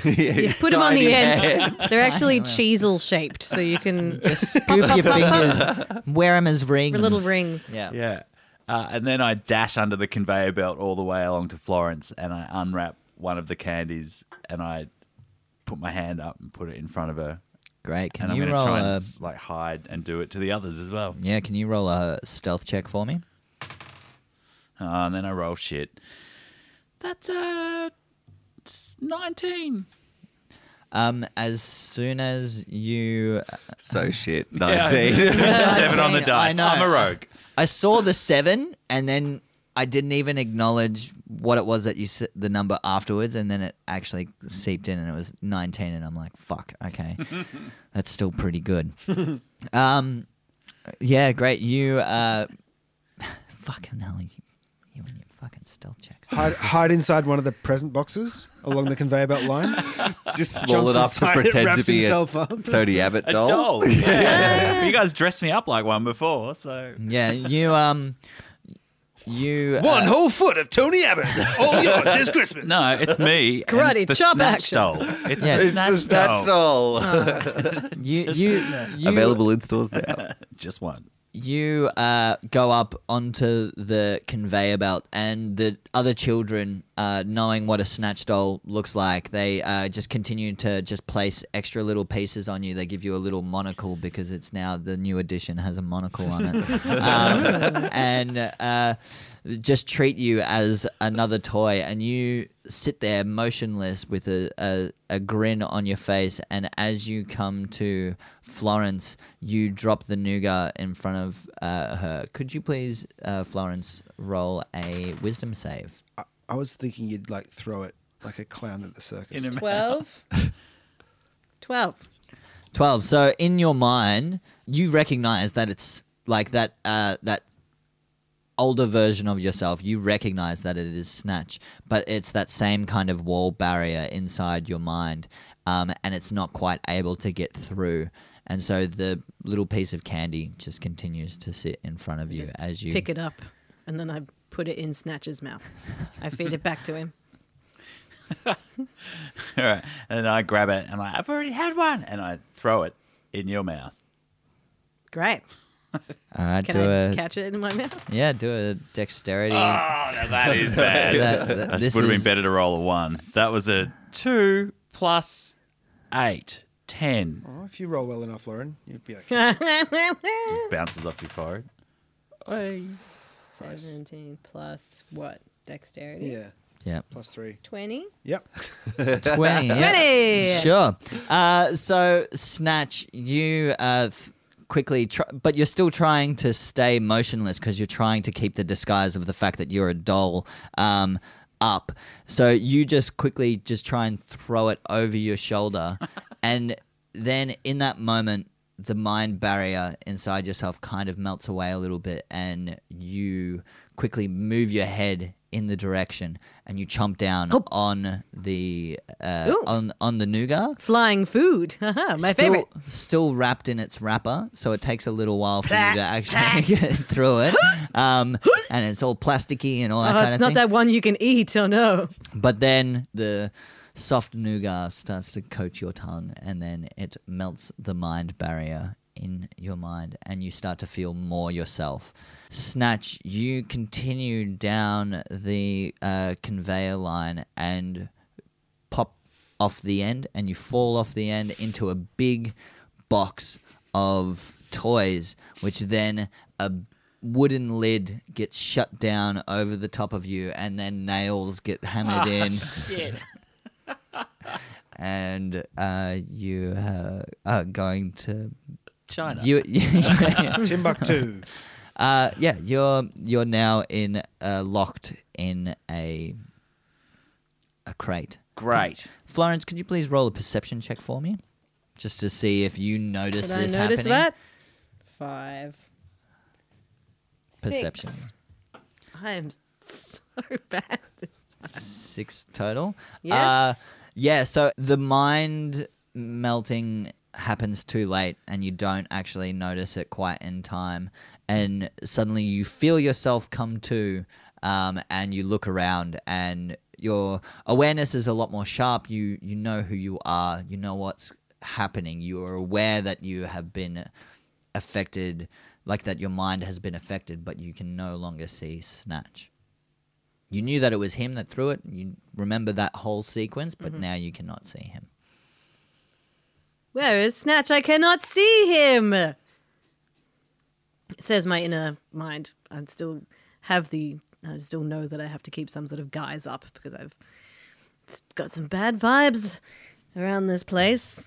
C: You put them on the end. They're actually chisel shaped, so you can
E: Just scoop your fingers, wear them as rings.
C: for little rings.
E: Yeah.
A: yeah. Uh, and then I dash under the conveyor belt all the way along to Florence and I unwrap one of the candies and I put my hand up and put it in front of her.
E: Great. Can
A: And I'm
E: you
A: going to
E: roll
A: try
E: a?
A: and like hide and do it to the others as well.
E: Yeah. Can you roll a stealth check for me?
A: Uh, and then I roll shit.
G: that's uh, it's nineteen.
E: Um, as soon as you,
B: So shit.
A: Yeah.
B: 19.
A: Seven on the
E: I
A: dice.
E: know.
A: I'm a rogue.
E: I saw the seven, and then I didn't even acknowledge what it was that you s- the number afterwards, and then it actually seeped in, and it was nineteen, and I'm like, fuck, okay, that's still pretty good. um, yeah, great. You, uh, fucking hell, you, you and your fucking stealth checks.
D: Hide, hide inside one of the present boxes along the conveyor belt line.
B: Just swallow
D: Johnson
B: it up to
D: sign-
B: pretend to
D: wraps
B: be a
D: himself up.
B: Tony Abbott
A: A
B: doll.
A: doll. Yeah. But You guys dressed me up like one before, so
E: Yeah, you, um, you.
D: One
E: uh,
D: whole foot of Tony Abbott, all yours this Christmas.
A: no, it's me. and
C: Karate
A: it's the
C: chop
A: snatch
C: action.
A: doll. It's
E: Yes.
A: the
B: It's
A: snatch,
B: the snatch
A: doll.
B: doll.
E: you, you, you,
B: Available in stores now.
A: Just one.
E: you uh, go up onto the conveyor belt, and the other children, uh, knowing what a snatch doll looks like, they uh, just continue to just place extra little pieces on you. They give you a little monocle because it's now the new edition has a monocle on it, um, and uh, just treat you as another toy. And you sit there motionless with a, a, a grin on your face. And as you come to Florence, you drop the nougat in front of uh, her. Could you please, uh, Florence, roll a wisdom save?
D: I, I was thinking you'd like throw it like a clown at the circus.
A: In a-
C: Twelve. Twelve.
E: 12. So in your mind, you recognize that it's like that, uh, that older version of yourself, you recognize that it is Snatch, but it's that same kind of wall barrier inside your mind, um, and it's not quite able to get through. And so the little piece of candy just continues to sit in front of you as you
C: Pick it up, and then I put it in Snatch's mouth. I feed it back to him.
A: All right. And then I grab it and I'm like, I've already had one. And I throw it in your mouth.
C: Great.
E: All right,
C: Can
E: do
C: I
E: it.
C: catch it in my mouth?
E: yeah, do a dexterity.
A: Oh, no, that is bad.
E: That- that-
A: That
E: this
A: would have
E: is-
A: been better to roll a one. That was a two plus eight, ten.
D: Oh, if you roll well enough, Lauren, you'd be okay.
C: Seventeen
A: Bounces off your forehead.
C: plus what? Dexterity.
D: yeah,
E: Yeah,
D: plus three.
C: Twenty.
D: Yep.
E: twenty. yeah.
C: Twenty.
E: Sure. Uh, so, Snatch, you uh, th- quickly, tr- but you're still trying to stay motionless because you're trying to keep the disguise of the fact that you're a doll um, up. So, you just quickly just try and throw it over your shoulder. and then in that moment, the mind barrier inside yourself kind of melts away a little bit, and you quickly move your head in the direction and you chomp down on the uh,
C: Ooh.
E: on on the nougat
C: Flying food. Haha, my
E: still,
C: favorite.
E: Still wrapped in its wrapper, so it takes a little while for you to actually get through it. Um, and it's all plasticky and all that
C: Oh,
E: kind
C: it's
E: of
C: not
E: thing.
C: that one you can eat. Oh no.
E: But then the soft nougat starts to coat your tongue, and then it melts the mind barrier in your mind, and you start to feel more yourself. Snatch, you continue down the uh, conveyor line and pop off the end and you fall off the end into a big box of toys, which then a wooden lid gets shut down over the top of you, and then nails get hammered in. And uh, you uh, are going to
A: China.
E: you.
D: Timbuktu.
E: Uh, yeah, you're you're now in uh, locked in a a crate.
A: Great.
E: Florence, could you please roll a perception check for me? Just to see if you notice
C: Did I
E: this
C: notice
E: happening.
C: that? Five.
E: Perception.
C: Six. I am so bad. This
E: Six total.
C: Yes.
E: Uh, yeah, so the mind melting happens too late and you don't actually notice it quite in time. And suddenly you feel yourself come to um, and you look around and your awareness is a lot more sharp. You, you know who you are, you know what's happening, you are aware that you have been affected, like that your mind has been affected, but you can no longer see Snatch. You knew that it was him that threw it. You remember that whole sequence,
C: Mm-hmm.
E: but now you cannot see him.
C: Where is Snatch? I cannot see him. Says my inner mind. I still have the. I still know that I have to keep some sort of guise up because I've it's got some bad vibes around this place.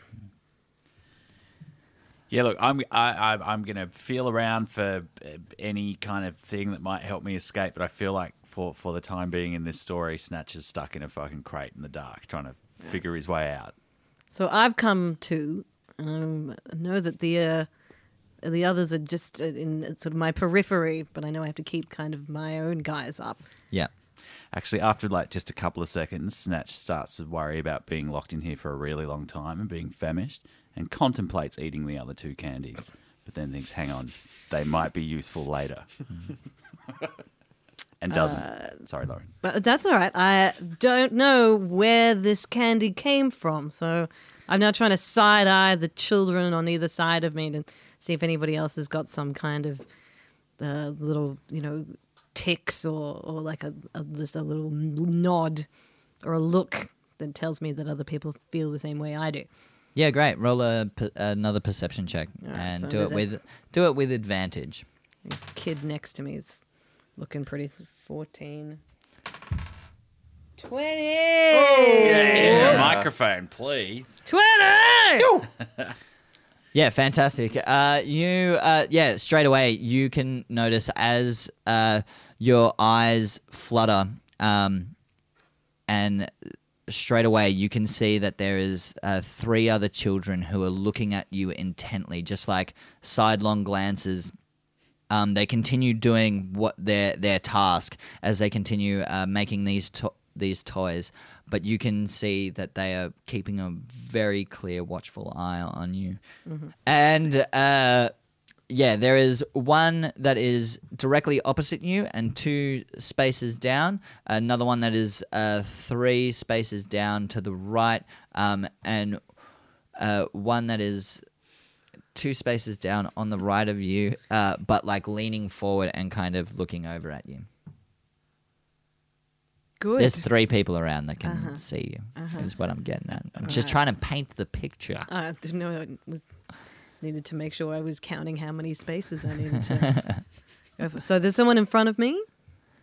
A: Yeah, look, I'm I, I, I'm gonna feel around for uh, any kind of thing that might help me escape. But I feel like for for the time being in this story, Snatch is stuck in a fucking crate in the dark, trying to figure his way out.
C: So I've come to, and I'm- I know that the uh, the others are just uh, in sort of my periphery, but I know I have to keep kind of my own guise up.
E: Yeah.
A: Actually, after like just a couple of seconds, Snatch starts to worry about being locked in here for a really long time and being famished, and contemplates eating the other two candies. But then thinks, "Hang on, they might be useful later," and doesn't. Sorry, Lauren.
C: But that's all right. I don't know where this candy came from, so I'm now trying to side eye the children on either side of me to see if anybody else has got some kind of uh, little, you know, ticks or, or like a, a just a little nod or a look that tells me that other people feel the same way I do.
E: Yeah, great. Roll a, per- another perception check and
C: so
E: do it
C: is it-
E: with do it with advantage.
C: Kid next to me is looking pretty s- 14. 20!
A: Yeah, microphone, please.
C: 20!
E: Yeah, fantastic. Uh, you, uh, yeah, straight away you can notice as uh, your eyes flutter, um, and straight away you can see that there is uh, three other children who are looking at you intently, just like sidelong glances um, they continue doing what their their task as they continue uh, making these to- these toys. But you can see that they are keeping a very clear watchful eye on you, and. Uh, yeah, there is one that is directly opposite you and two spaces down. Another one that is uh, three spaces down to the right, um, and uh, one that is two spaces down on the right of you, uh, but like leaning forward and kind of looking over at you.
C: Good. Uh-huh.
E: There's three people around that can see you. Is what I'm getting at. I'm just trying to paint the picture.
C: I didn't know I was needed to make sure I was counting how many spaces I needed to. go for. So there's someone in front of me,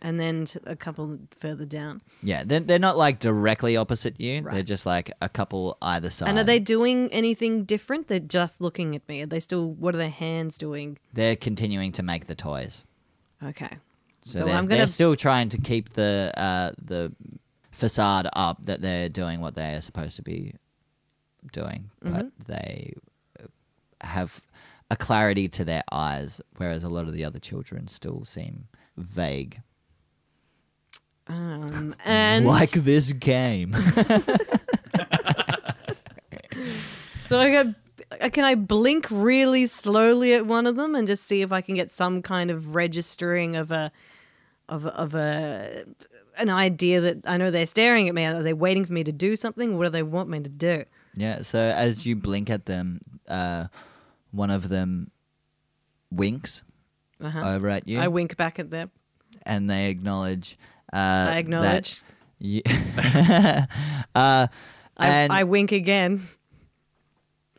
C: and then t- a couple further down.
E: Yeah, they're, they're not like directly opposite you. They're
C: Right.
E: just like a couple either side.
C: And are they doing anything different? They're just looking at me. Are they still? What are their hands doing?
E: They're continuing to make the toys.
C: Okay.
E: So,
C: So,
E: they're,
C: I'm
E: they're
C: gonna.
E: still trying to keep the uh, the facade up that they're doing what they are supposed to be doing,
C: Mm-hmm.
E: but they uh, have a clarity to their eyes, whereas a lot of the other children still seem vague.
C: um, and
E: like this game.
C: so I got. uh, Can I blink really slowly at one of them and just see if I can get some kind of registering of a, of a- of a, an idea that I know they're staring at me. Are they waiting for me to do something? What do they want me to do?
E: yeah. So as you blink at them, uh, one of them winks
C: Uh-huh.
E: over at you,
C: I wink back at them.
E: and they acknowledge. Uh,
C: I acknowledge.
E: You-
C: I,
E: and-
C: I wink again.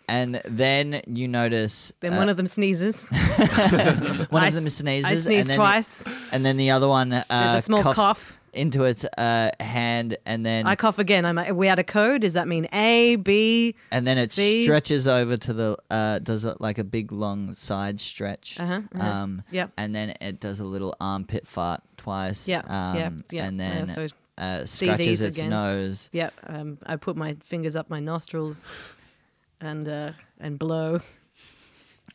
E: and then you notice
C: Then
E: uh,
C: one of them sneezes.
E: One
C: I
E: of them
C: s-
E: sneezes.
C: I sneeze
E: and then
C: twice.
E: and then the other one uh,
C: There's a small
E: coughs
C: cough.
E: into its uh, hand, and then
C: I cough again. I'm. like, Are we out of code? Does that mean A B?
E: and then it
C: see.
E: stretches over to the uh, does it like a big long side stretch.
C: Uh-huh, uh-huh.
E: Um,
C: Yep.
E: And then it does a little armpit fart twice.
C: Yeah,
E: Um,
C: yeah, yeah.
E: And
C: I
E: then
C: also
E: uh,
C: see
E: scratches
C: these
E: its
C: again.
E: nose.
C: Yep. Um, I put my fingers up my nostrils, and uh, and blow.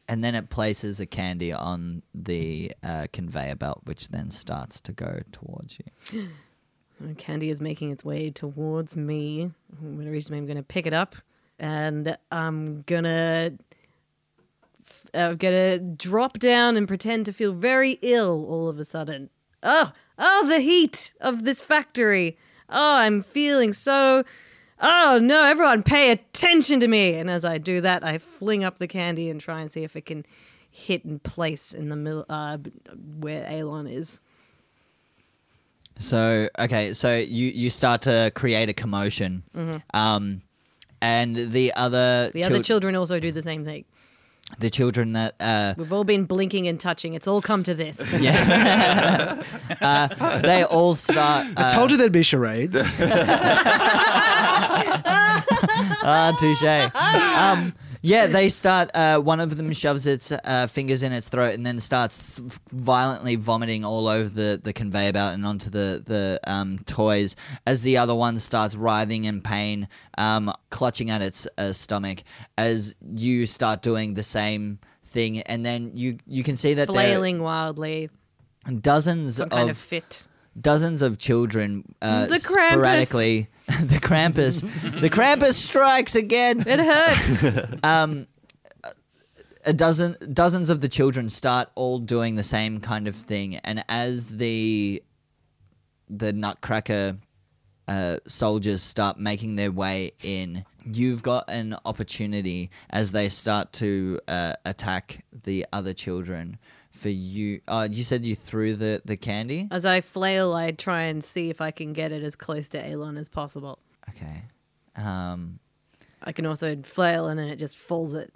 E: and then it places a candy on the uh, conveyor belt, which then starts to go towards you.
C: And Candy is making its way towards me. I'm gonna reach me. I'm gonna pick it up, and I'm gonna. I'm gonna drop down and pretend to feel very ill all of a sudden. Oh, oh, the heat of this factory. Oh, I'm feeling so. Oh no, everyone pay attention to me. And as I do that, I fling up the candy and try and see if it can hit in place in the middle uh, b- where Alon is.
E: So okay, so you you start to create a commotion, um, and the other
C: Mm-hmm. The other
E: chil-
C: children also do the same thing.
E: the children that uh,
C: We've all been blinking and touching. It's all come to this.
E: yeah, uh, they all start. Uh,
D: Told you there'd be charades.
E: ah, touche. Um, yeah, they start. Uh, one of them shoves its uh, fingers in its throat and then starts violently vomiting all over the, the conveyor belt and onto the the um, toys. As the other one starts writhing in pain, um, clutching at its uh, stomach. As you start doing the same thing, and then you you can see that
C: Flailing wildly,
E: there are dozens
C: some
E: of,
C: kind of fit.
E: dozens of children uh,
C: The Krampus.
E: sporadically. the Krampus, the Krampus strikes again.
C: It hurts.
E: a dozen dozens of the children start all doing the same kind of thing and as the the nutcracker uh, soldiers start making their way in you've got an opportunity as they start to uh, attack the other children for you uh, you said you threw the the candy
C: as I flail, I try and see if I can get it as close to Elon as possible.
E: okay um
C: I can also flail, and then it just falls it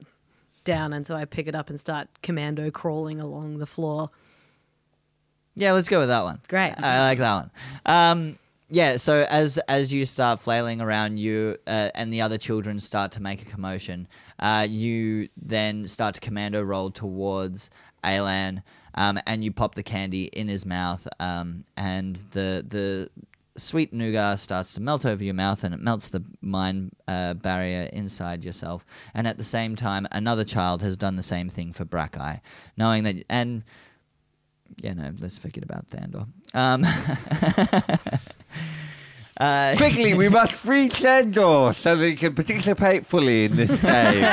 C: down, and so I pick it up and start commando crawling along the floor.
E: Yeah, let's go with that one.
C: Great.
E: I like that one. Um, yeah, so as as you start flailing around, you uh, and the other children start to make a commotion. Uh, you then start to commando roll towards Alan, um, and you pop the candy in his mouth, um, and the the sweet nougat starts to melt over your mouth, and it melts the mind uh, barrier inside yourself. And at the same time, another child has done the same thing for Brackeye, knowing that and Yeah, no, let's forget about Thandor. Um, uh,
B: Quickly, we must free Sandor so they can participate fully in this game.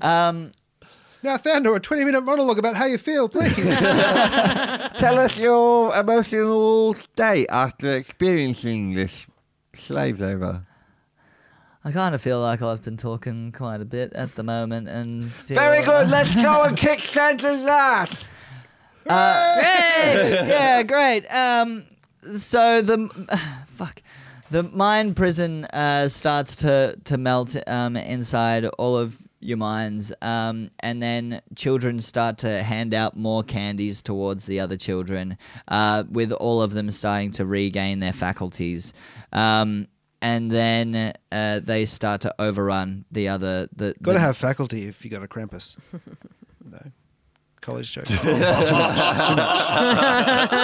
D: Now, Thandor, a 20 minute monologue about how you feel, please.
B: Tell us your emotional state after experiencing this slave labor.
E: I kind of feel like I've been talking quite a bit at the moment, and feel-
B: Very good. Let's go and kick Sandor's ass.
E: yeah, great. Um, so the fuck, the mind prison uh, starts to to melt um, inside all of your minds, um, and then children start to hand out more candies towards the other children, uh, with all of them starting to regain their faculties. Um, and then uh, they start to overrun the other. The,
D: got to
E: the-
D: have faculty if you got a Krampus. No. College joke. Oh, too much. Too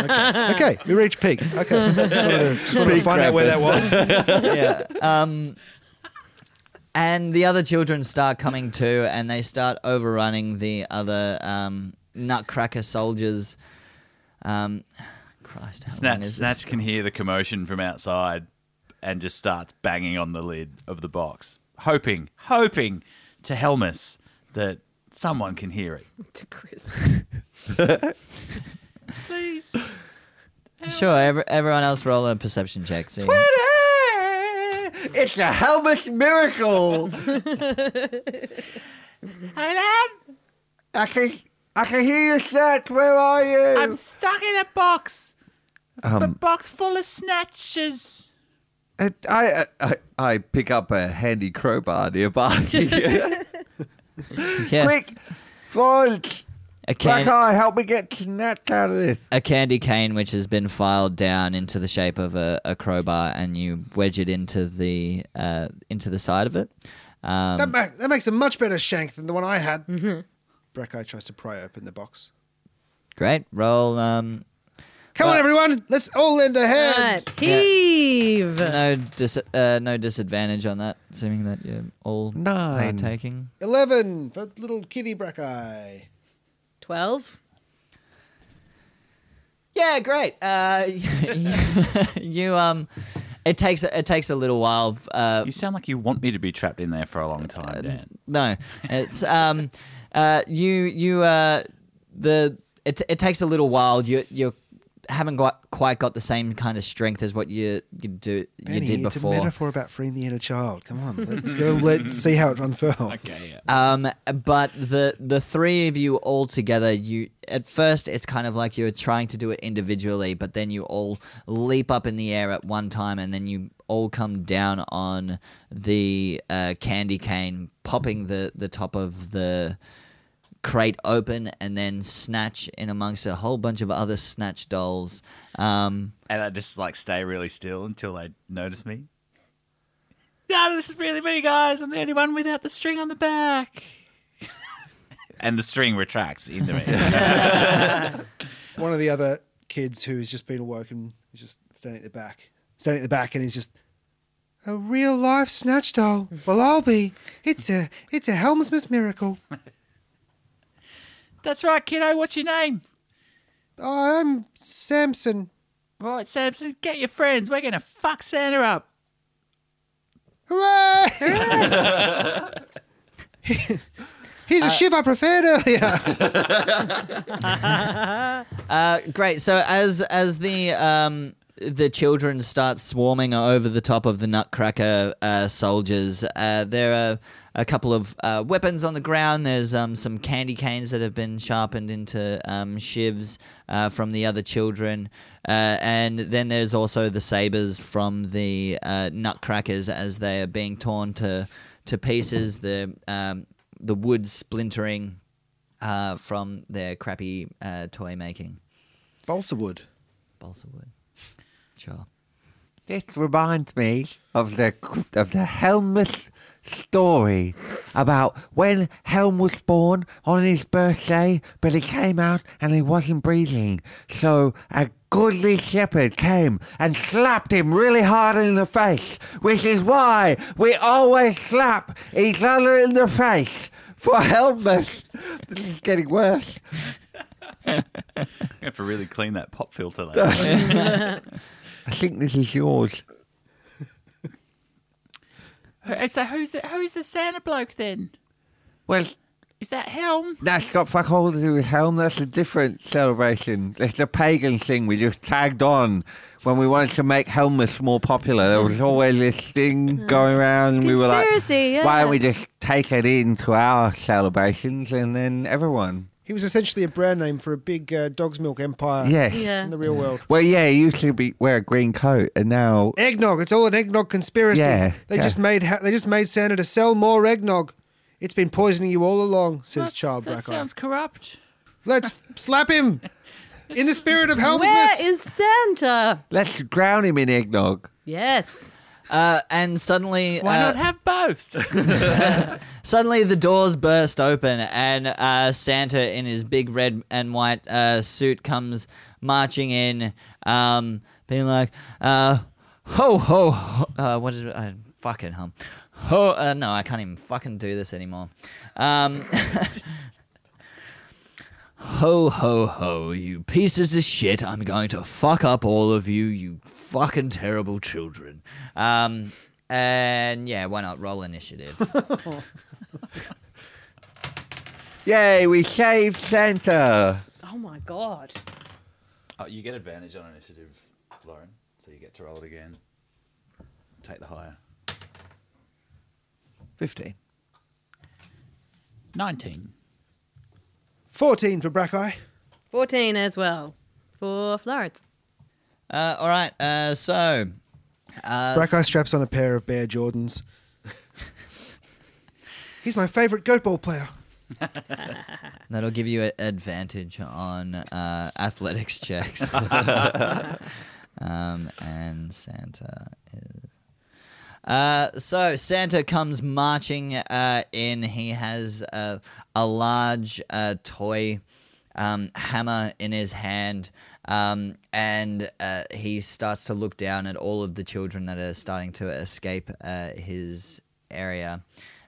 D: much. Okay. okay, we reached peak. Okay. Just wanted to, just wanted to
B: Peak
D: find out where that
B: Krampus.
D: was.
E: yeah. Um, and the other children start coming too, and they start overrunning the other um, Nutcracker soldiers. Um, Christ, how long
A: Snatch,
E: is
A: Snatch
E: this?
A: can hear the commotion from outside and just starts banging on the lid of the box, hoping, hoping to Helmus that someone can hear it.
C: to Christmas.
G: Please.
E: Sure, every, everyone else roll a perception check. See.
B: It's a Helmut miracle.
G: Hey, lad.
B: I can, I can hear you, Snatch. Where are you?
G: I'm stuck in a box. a box full of snatches.
B: I, Uh, I, I, I pick up a handy crowbar nearby.
E: Yeah,
B: Quick, Florence,
E: a,
B: Black
E: can-
B: Eye, help me get Snatch out of this.
E: a candy cane which has been filed down into the shape of a, a crowbar, and you wedge it into the uh, into the side of it. Um,
D: That, ma- that makes a much better shank than the one I had. Brackeye tries to pry open the box.
E: great, roll um,
D: Come on,
E: Well-
D: everyone. Let's all lend a hand.
C: Right. Heave.
E: No dis- uh, no disadvantage on that, assuming that you're all
B: Nine.
E: partaking.
D: 11 for little kitty Brackeye.
C: 12.
E: Yeah, great. Uh, you um, it takes a- it takes a little while. Uh,
A: You sound like you want me to be trapped in there for a long time, Dan.
E: no, it's um, uh, you you uh, the it it takes a little while. You you haven't got quite got the same kind of strength as what you you do you
D: Benny,
E: did
D: it's
E: before.
D: a metaphor about freeing the inner child. Come on, let, go let see how it unfurls.
A: yeah.
E: Um, but the the three of you all together, you at first it's kind of like you're trying to do it individually, but then you all leap up in the air at one time, and then you all come down on the uh, candy cane, popping the the top of the crate open, and then snatch in amongst a whole bunch of other snatch dolls. Um,
A: And I just like stay really still until they notice me.
G: No, this is really me, guys. I'm the only one without the string on the back.
A: And the string retracts in the air.
D: One of the other kids who's just been awoken is just standing at the back, standing at the back, and he's just a real life snatch doll. Well, I'll be. It's a it's a helmsman's miracle.
G: That's right, kiddo. What's your name?
D: I'm Samson.
G: Right, Samson. Get your friends. We're gonna fuck Santa up.
D: Hooray! Here's a shiv I prepared earlier.
E: Uh, great. So as as the um, the children start swarming over the top of the Nutcracker uh, soldiers, uh, there are a couple of uh, weapons on the ground. There's um, some candy canes that have been sharpened into um, shivs uh, from the other children, uh, and then there's also the sabers from the uh, Nutcrackers as they are being torn to to pieces. The um, the wood splintering uh, from their crappy uh, toy making.
D: Balsa wood.
E: Balsa wood. Sure.
B: This reminds me of the of the Helmut story about when Helm was born on his birthday, but he came out and he wasn't breathing. So a goodly shepherd came and slapped him really hard in the face, which is why we always slap each other in the face for Helmut. This is getting worse.
A: I have to really clean that pop filter later.
H: I think this is yours.
G: Who- Uh, So who's the who's the Santa bloke then?
H: Well,
G: Is that Helm?
H: that's got fuck all to do with Helm. That's a different celebration. It's a pagan thing we just tagged on when we wanted to make Helmus more popular. There was always this thing going around, and we were like,
C: Conspiracy,
H: why
C: yeah.
H: don't we just take it into our celebrations and then everyone?
D: He was essentially a brand name for a big uh, dog's milk empire
H: Yes.
C: Yeah.
D: in the real world.
H: Well, yeah, he used to be wear a green coat, and now
D: Eggnog. It's all an eggnog conspiracy.
H: Yeah,
D: they
H: yeah.
D: just made ha- they just made Santa to sell more eggnog. It's been poisoning you all along, says
G: That's-
D: Child
G: That
D: Black Eye.
G: sounds corrupt.
D: Let's f- slap him in the spirit of helplessness.
C: Where is Santa?
H: let's drown him in eggnog.
C: Yes.
E: Uh, and suddenly,
G: Why
E: uh,
G: not have both?
E: suddenly the doors burst open, and uh, Santa in his big red and white uh, suit comes marching in, um, being like, uh, "Ho ho!" ho uh, what did I fucking hum? Ho! Uh, no, I can't even fucking do this anymore. Um, Ho ho ho, you pieces of shit. I'm going to fuck up all of you, you fucking terrible children. Um and yeah, why not roll initiative?
H: Yay, we saved Santa.
C: Oh my god.
A: Oh, you get advantage on initiative, Lauren, so you get to roll it again. Take the higher.
H: 15.
G: Nineteen.
D: Fourteen for Black Eye.
C: 14 as well for Florence.
E: uh all right. Uh so
D: Black Eye straps on a pair of bare Jordans. He's my favourite goat ball player.
E: that'll give you an advantage on uh athletics checks. um and Santa is uh, so Santa comes marching uh, in. He has uh, a large uh, toy um, hammer in his hand, um, and uh, he starts to look down at all of the children that are starting to escape uh, his area,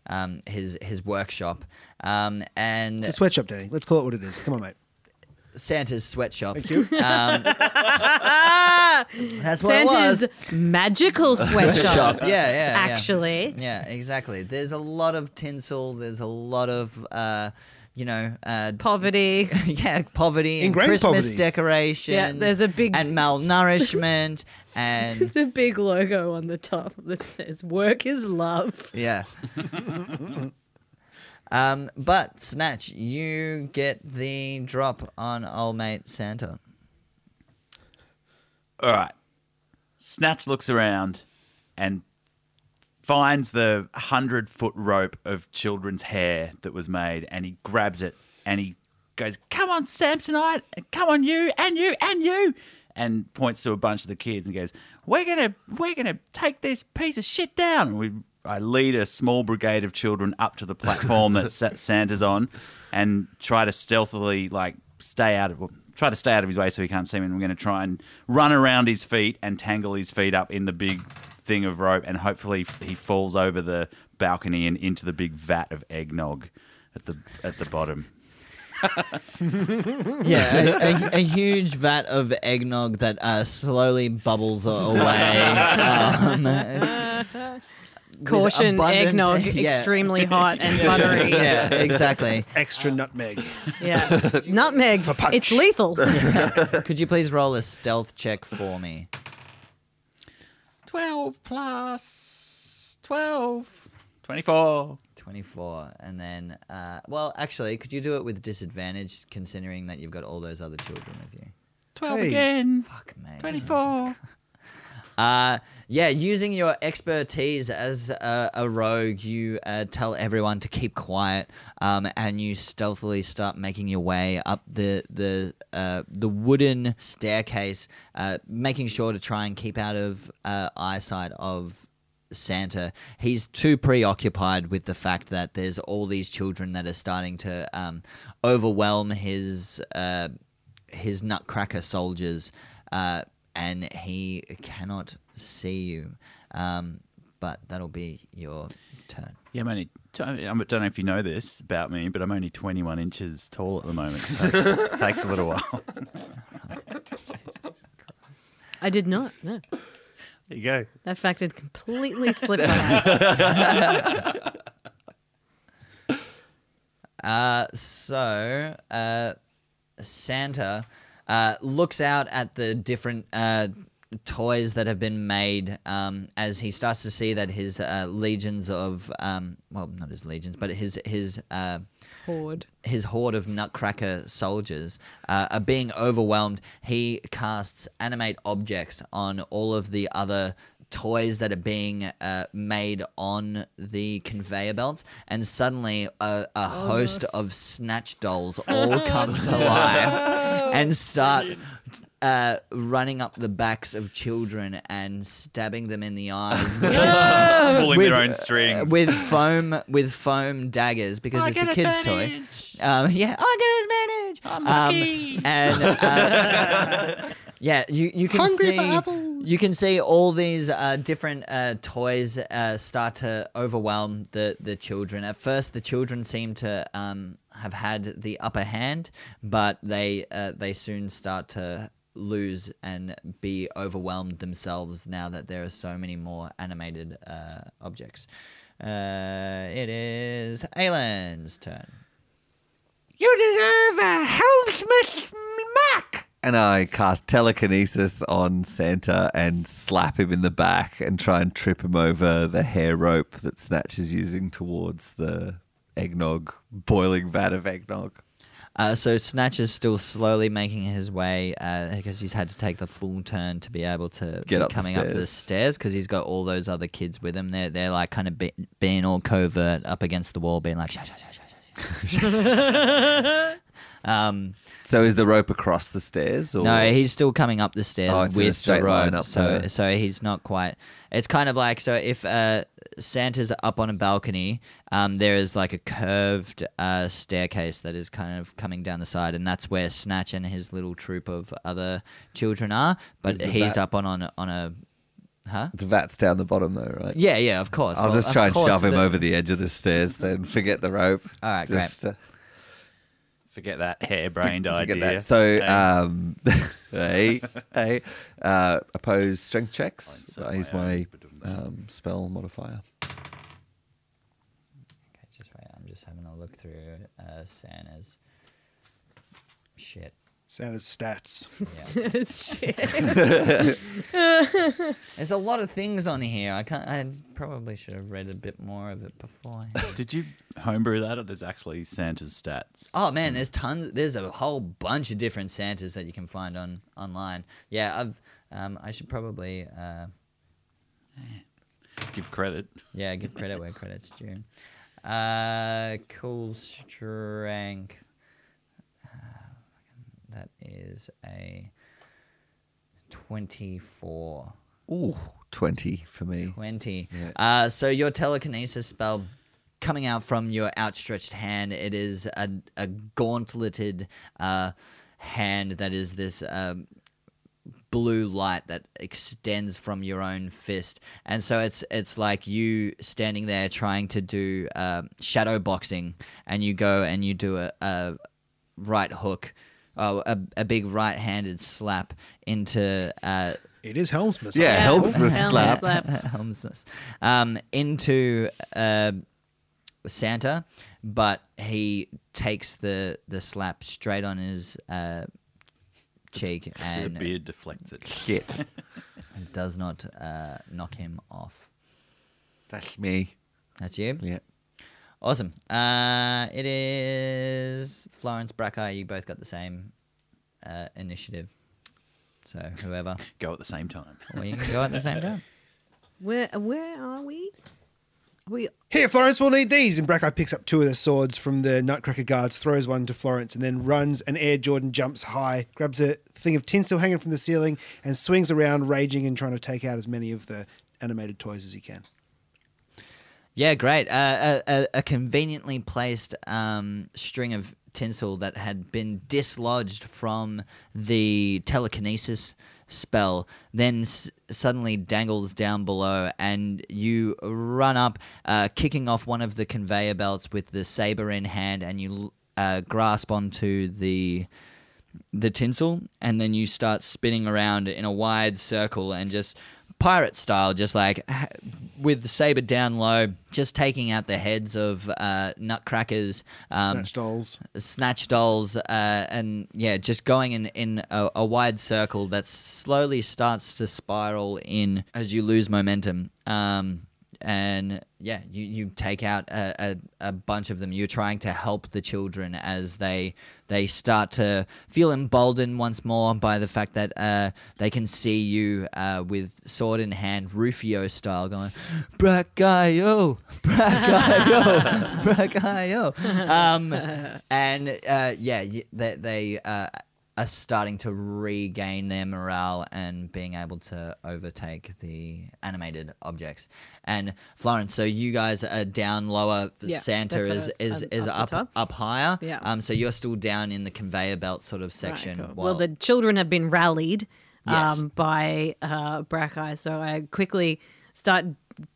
E: um, his his workshop, um, and
D: It's a sweatshop, Danny. Let's call it what it is. Come on, mate.
E: Santa's sweatshop. Um,
D: Thank you.
E: That's what it was.
C: Santa's magical sweatshop.
E: Shop. Yeah, yeah, yeah.
C: Actually,
E: Yeah, exactly. There's a lot of tinsel. There's a lot of, uh, you know, uh,
C: poverty.
E: yeah, poverty and
D: Ingrained
E: Christmas
D: poverty.
E: decorations.
C: Yeah, there's a big-
E: and malnourishment and
C: There's a big logo on the top that says "Work is love."
E: yeah. um, but snatch, you get the drop on old mate Santa.
A: All right. Snatch looks around and finds the 100 foot rope of children's hair that was made and he grabs it and he goes, Come on, Samsonite. and Come on, you and you and you. And points to a bunch of the kids and goes, We're going to we're gonna take this piece of shit down. And we, I lead a small brigade of children up to the platform that Sa- Santa's on and try to stealthily, like, stay out of try to stay out of his way so he can't see me. And we're going to try and run around his feet and tangle his feet up in the big thing of rope, and hopefully f- he falls over the balcony and into the big vat of eggnog at the at the bottom.
E: Yeah, a, a, a huge vat of eggnog that uh, slowly bubbles a- away. Um,
C: Caution:
E: abundance-
C: eggnog,
E: yeah.
C: extremely hot and buttery.
E: yeah, exactly.
D: Extra
J: Um,
D: nutmeg.
C: Yeah. Nutmeg. It's lethal.
E: Could you please roll a stealth check for me?
G: 12 plus 12. 24.
E: 24. And then, uh, well, actually, could you do it with disadvantage considering that you've got all those other children with you?
G: 12
D: Hey.
G: again.
E: Fuck me.
G: 24.
E: Uh, yeah, using your expertise as a, a rogue, you uh, tell everyone to keep quiet, um, and you stealthily start making your way up the the uh, the wooden staircase, uh, making sure to try and keep out of uh, eyesight of Santa. He's too preoccupied with the fact that there's all these children that are starting to um, overwhelm his uh, his Nutcracker soldiers, uh, and he cannot see you. Um, but that'll be your turn.
A: Yeah, I'm only t- I don't know if you know this about me, but I'm only 21 inches tall at the moment, so it takes a little while.
C: I did not. No,
A: There you go.
C: that fact had completely slipped my mind.
E: Uh, so uh, Santa uh, looks out at the different uh, toys that have been made um, as he starts to see that his uh, legions of um, well, not his legions, but his his uh,
C: Horde.
E: his horde of nutcracker soldiers uh, are being overwhelmed. He casts animate objects on all of the other toys that are being uh, made on the conveyor belts, and suddenly a,
G: Oh,
E: a host of snatch dolls all come to life and start. Uh, running up the backs of children and stabbing them in the eyes
A: Pulling
E: With,
A: their own
E: uh,
A: strings.
E: with foam with foam daggers because
G: I
E: it's
G: get
E: a kid's toy.
G: advantage.
E: Um, yeah, I get an advantage.
G: I'm lucky.
E: Um, and uh, yeah, you you can
D: Hungry
E: see
D: for apples.
E: you can see all these uh, different uh, toys uh, start to overwhelm the the children. At first, the children seem to um, have had the upper hand, but they uh, they soon start to lose and be overwhelmed themselves now that there are so many more animated uh, objects. Uh, it is Aylan's turn.
H: You deserve a helmsman's mark.
B: And I cast telekinesis on Santa and slap him in the back and try and trip him over the hair rope that Snatch is using towards the eggnog, boiling vat of eggnog.
E: Uh, so Snatch is still slowly making his way uh, because he's had to take the full turn to be able to
B: Get
E: be
B: up the
E: coming up the
B: stairs.
E: stairs because he's got all those other kids with him. They're they're like kind of be- being all covert up against the wall, being like. Shh, shh, shh, shh, shh, shh." um,
B: So is the rope across the stairs? Or?
E: no, he's still coming up the stairs
B: Oh, it's in a
E: with the
B: straight line
E: rope,
B: up
E: so
B: there.
E: so he's not quite. It's kind of like so if uh, Santa's up on a balcony, um, there is like a curved uh, staircase that is kind of coming down the side, and that's where Snatch and his little troop of other children are. But
B: Is the
E: he's
B: bat-
E: up on on a- on a
B: The vat's down the bottom, though, right?
E: yeah yeah of course.
B: I'll
E: Well,
B: just
E: of
B: try and
E: course
B: shove him
E: the-
B: over the edge of the stairs, then forget the rope.
E: All right, great.
B: Just, uh,
A: Forget that harebrained
B: forget
A: idea.
B: that. So,
A: Hey,
B: um, hey, hey, uh, oppose strength checks.
A: Insert
B: I use my
A: my
B: um, spell modifier.
E: Okay, just wait. I'm just having a look through uh, Santa's shit.
J: Santa's stats.
C: It's shit.
E: There's a lot of things on here. I can't. I probably should have read a bit more of it before.
A: did you homebrew that, or there's actually Santa's stats?
E: oh man, there's tons. There's a whole bunch of different Santas that you can find on online. Yeah, I've. Um, I should probably. Uh,
A: Give credit.
E: yeah, give credit where credit's due. Uh, cool strength. Uh, that is a twenty-four.
B: Ooh, 20 for me.
E: 20. Uh, so your telekinesis spell coming out from your outstretched hand, it is a, a gauntleted uh, hand that is this um, blue light that extends from your own fist. And so it's it's like you standing there trying to do um shadow boxing and you go and you do a, a right hook. Oh, a, a big right-handed slap into uh,
J: It is Helmsman's.
B: Yeah, helps me
C: Helmsman
B: slap.
C: slap.
E: Helmsness. Um, into uh, Santa, but he takes the the slap straight on his uh, cheek
A: The
E: and
A: beard deflects it.
B: Shit,
E: does not uh, knock him off.
B: that's me.
E: That's you.
B: Yeah.
E: Awesome. Uh, it is Florence Brackeye. You both got the same uh, initiative. So whoever,
A: Go at the same time.
E: or you can go at the same time.
C: Where where are we? Are we
J: Here, Florence, we'll need these. And Brackeye picks up two of the swords from the Nutcracker guards, throws one to Florence, and then runs. And Air Jordan jumps high, grabs a thing of tinsel hanging from the ceiling, and swings around, raging and trying to take out as many of the animated toys as he can.
E: Yeah, great. Uh, a, a, a conveniently placed um, string of tinsel that had been dislodged from the telekinesis spell, then s- suddenly dangles down below, and you run up, uh, kicking off one of the conveyor belts with the saber in hand, and you l- uh, grasp onto the the tinsel and then you start spinning around in a wide circle and just pirate style just like h- with the saber down low just taking out the heads of uh, nutcrackers um,
J: Snatch dolls.
E: snatch dolls uh, and yeah just going in in a, a wide circle that slowly starts to spiral in as you lose momentum um, and yeah you, you take out a, a, a bunch of them you're trying to help the children as they they start to feel emboldened once more by the fact that uh, they can see you uh, with sword in hand rufio style going bragayo bragayo bragayo um, and uh, yeah, y- they, they uh, are starting to regain their morale and being able to overtake the animated objects. And Florence, so you guys are down lower.
C: Yeah,
E: Santa
C: that's what I
E: is
C: was-
E: is,
C: I'm
E: is
C: up the
E: up
C: top.
E: up, higher.
C: Yeah.
E: Um. So you're still down in the conveyor belt sort of section.
C: Right, cool.
E: while-
C: Well, the children have been rallied
E: Yes.
C: um, by uh, Brackeye, so I quickly start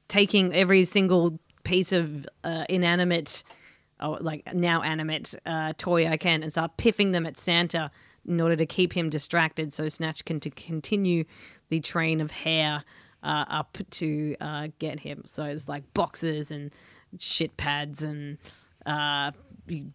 C: taking every single piece of uh, inanimate, oh, like now animate uh, toy I can, and start piffing them at Santa in order to keep him distracted, so Snatch can to continue the train of hair. Uh, up to uh, get him, so it's like boxes and shit pads and uh,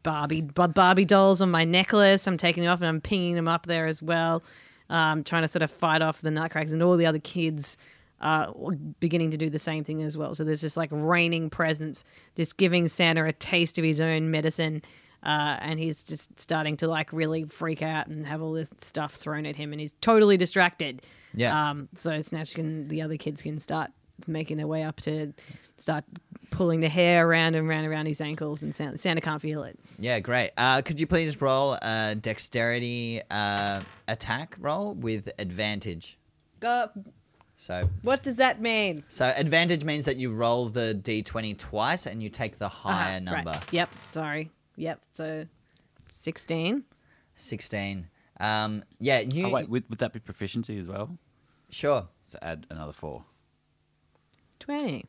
C: Barbie bu- Barbie dolls on my necklace. I'm taking it off and I'm pinging them up there as well. Um, trying to sort of fight off the nutcrackers and all the other kids are beginning to do the same thing as well. So there's this like raining presence, just giving Santa a taste of his own medicine. Uh, and he's just starting to like really freak out and have all this stuff thrown at him, and he's totally distracted.
E: Yeah.
C: Um, so Snatch can the other kids can start making their way up to start pulling the hair around and round around his ankles, and Santa, Santa can't feel it.
E: yeah, great. Uh, could you please roll a dexterity uh, attack roll with advantage?
C: Go.
E: So
C: What does that mean?
E: So advantage means that you roll the d20 twice and you take the higher
C: Ah, right.
E: number,
C: Yep. Sorry. Yep. So, sixteen.
E: 16. Um, yeah, you
A: Oh, wait, would, would that be proficiency as well?
E: sure.
A: So add another four.
C: 20.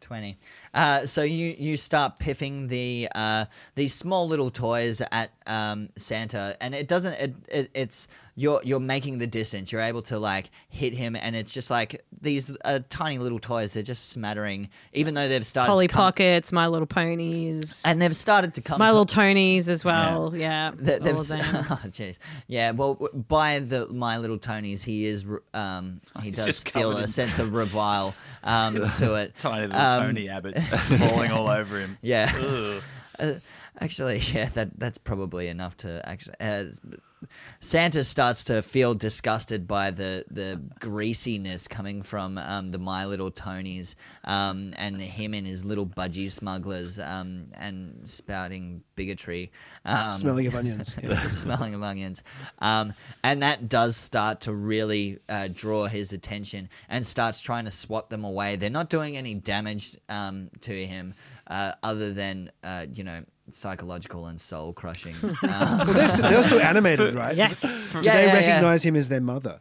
E: 20. Uh, so you, you start piffing the uh, these small little toys at um, Santa and it doesn't it, it it's you're you're making the distance you're able to like hit him and it's just like these uh, tiny little toys they're just smattering even though they've started
C: Polly
E: to come,
C: Pockets, My Little Ponies,
E: and they've started to come
C: My
E: to-
C: Little Tonys as well. Yeah.
E: Th- they've
C: all of
E: s-
C: them.
E: oh, jeez. Yeah, well, w- by the My Little Tony's, he is re- um, he does
A: just
E: feel
A: covered
E: a
A: in-
E: sense of revile um, to it.
A: Tiny little
E: Um,
A: Tony Abbott's falling all over him.
E: Yeah.
A: Ugh.
E: Uh, actually, yeah, that that's probably enough to actually. Uh, Santa starts to feel disgusted by the the greasiness coming from um, the My Little Tonys, um, and him and his little budgie smugglers, um, and spouting bigotry. Um,
J: Smelling of onions. Yeah.
E: smelling of onions. Um, and that does start to really uh, draw his attention and starts trying to swat them away. They're not doing any damage um, to him uh, other than, uh, you know, psychological and soul crushing. Um,
J: Well, they're, still, they're still animated, right?
C: Yes.
J: Do
E: Yeah,
J: they
E: yeah, yeah.
J: recognize him as their mother?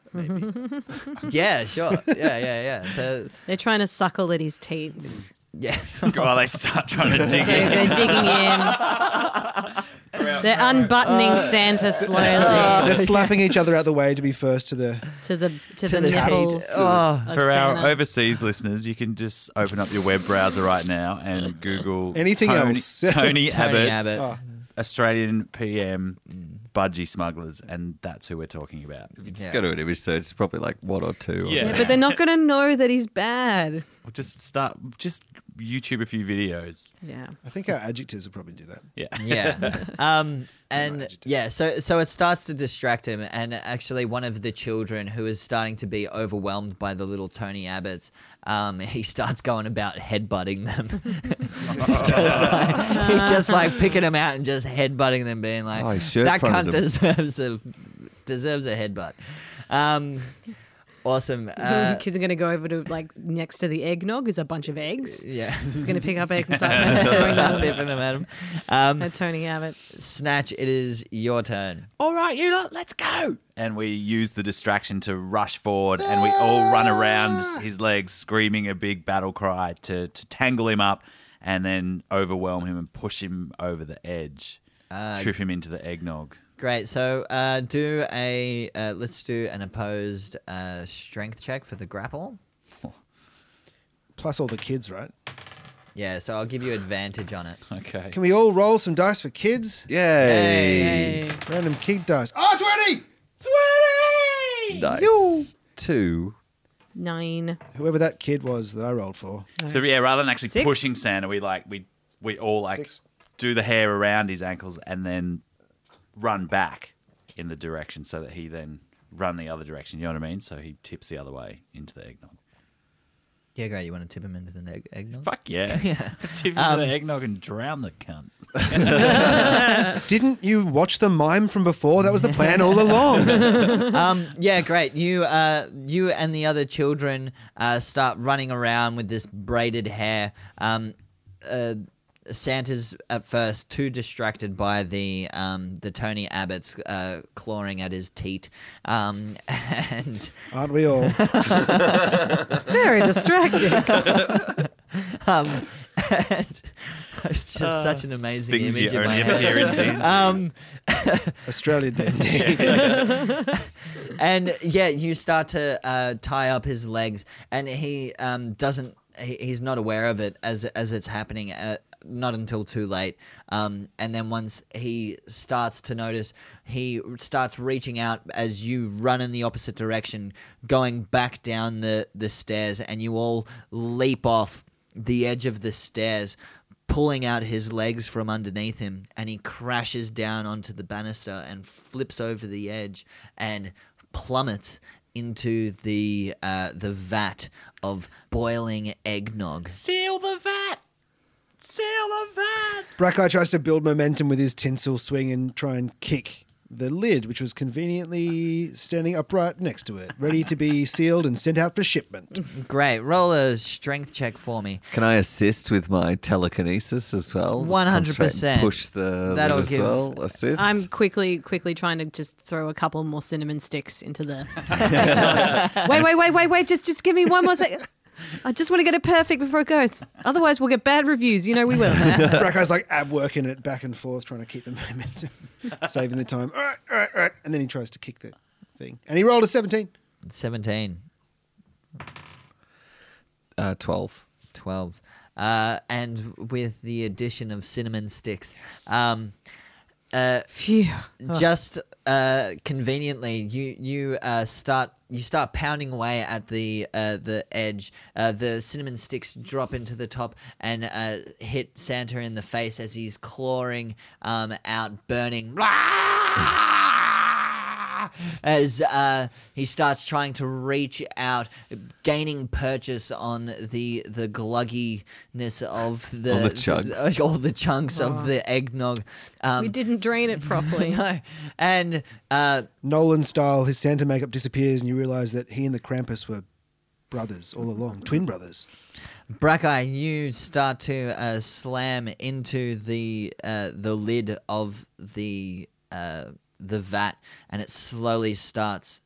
E: yeah, sure. Yeah, yeah, yeah. The-
C: They're trying to suckle at his teats.
E: yeah.
A: While they start trying to
C: So
A: dig in.
C: they're digging in. They're unbuttoning
E: Uh,
C: Santa slowly
J: They're slapping each other out the way to be first to the.
C: to the to, the,
E: the Oh.
C: nipples.
E: teats.
B: Oh. Ah,
C: of
A: For our
C: Santa.
A: overseas listeners, you can just open up your web browser right now and Google
J: Anything
A: Tony,
J: else.
A: Tony,
E: Tony
A: Abbott,
E: Abbott.
D: Oh.
J: ah,
A: Australian PM, budgie smugglers, and that's who we're talking about.
B: Just
E: Yeah.
B: go to an image search. It's probably like one or two. or-
A: Yeah.
C: yeah, but they're not going to know that he's bad.
A: Well, just start, just YouTube a few videos.
C: Yeah.
J: I think our adjectives will probably do that.
A: Yeah.
E: yeah um and
J: adjective.
E: yeah so so it starts to distract him and actually one of the children who is starting to be overwhelmed by the little tony abbots um he starts going about headbutting them he's, just like, he's just like picking them out and just headbutting them being like
B: Oh, he sure
E: that
B: fronted
E: cunt
B: them."
E: deserves a deserves a headbutt um Awesome. Uh,
C: Kids are going to go over to like next to the eggnog is a bunch of eggs.
E: yeah.
C: He's going to pick up eggs and start throwing
E: Stop
C: them
E: it for them, Adam. Um,
C: at Tony Abbott.
E: Snatch, it is your turn.
A: All right, you lot, let's go. And we use the distraction to rush forward, and we all run around his legs, screaming a big battle cry to, to tangle him up and then overwhelm him and push him over the edge, trip him into the eggnog.
E: Great. So uh, do a uh, let's do an opposed uh, strength check for the grapple.
J: Plus all the kids, right?
E: Yeah. So I'll give you advantage on it.
A: Okay.
J: Can we all roll some dice for kids?
B: Yay.
C: Yay.
J: Random kid dice. Oh, 20!
B: Nice. Two.
C: Nine.
J: Whoever that kid was that I rolled for.
A: So yeah, rather than actually
C: Six.
A: pushing Santa, we like we we all like
J: Six.
A: do the hair around his ankles and then run back in the direction so that he then run the other direction. You know what I mean? So he tips the other way into the eggnog.
E: Yeah. Great. You want to tip him into the egg- eggnog?
A: Fuck yeah! yeah. Tip into
E: Um,
A: the eggnog and drown the cunt.
J: Didn't you watch the mime from before? That was the plan all along.
E: um, yeah, great. You, uh, you and the other children uh, start running around with this braided hair. Um, uh, Santa's at first too distracted by the um, the Tony Abbott's uh, clawing at his teat, um, and
J: Aren't we all?
C: Very distracting.
E: um, and it's just such an amazing
A: Things
E: image
A: you
E: in my
A: only ever
E: head.
A: hear in D&D.
E: Um,
J: Australian D&D.
E: and yeah, you start to uh, tie up his legs, and he um, doesn't. He, he's not aware of it as as it's happening. Uh, not until too late. Um, and then once he starts to notice, he starts reaching out as you run in the opposite direction, going back down the the stairs, and you all leap off the edge of the stairs. Pulling out his legs from underneath him, and he crashes down onto the banister and flips over the edge and plummets into the uh, the vat of boiling eggnog.
G: Seal the vat. Seal the vat.
J: Brackeye tries to build momentum with his tinsel swing and try and kick the lid, which was conveniently standing upright next to it, ready to be sealed and sent out for shipment.
E: Great, roll a strength check for me.
B: Can I assist with my telekinesis as well? Just
E: 100%.
B: concentrate and Push the
E: That'll
B: lid as
E: give-
B: well. Assist.
C: I'm quickly, quickly trying to just throw a couple more cinnamon sticks into the. wait, wait, wait, wait, wait! Just, just give me one more second. I just want to get it perfect before it goes. Otherwise, we'll get bad reviews. You know we will.
J: Brackeye's like ab working it back and forth, trying to keep the momentum, saving the time. All right, all right, all right. And then he tries to kick the thing. And he rolled a 17.
E: Seventeen.
B: uh, 12.
E: 12 uh, and with the addition of cinnamon sticks um,
C: Phew.
E: just uh, conveniently you you uh, start you start pounding away at the uh, the edge uh, the cinnamon sticks drop into the top and uh, hit Santa in the face as he's clawing um, out burning as uh, he starts trying to reach out, gaining purchase on the the glugginess of the
B: All the chunks.
E: all the chunks of the eggnog. Um,
C: We didn't drain it properly.
E: no, and uh,
J: Nolan style, his Santa makeup disappears, and you realize that he and the Krampus were brothers all along, twin brothers.
E: Brackeye, you start to uh, slam into the uh, the lid of the uh, the vat, and it slowly starts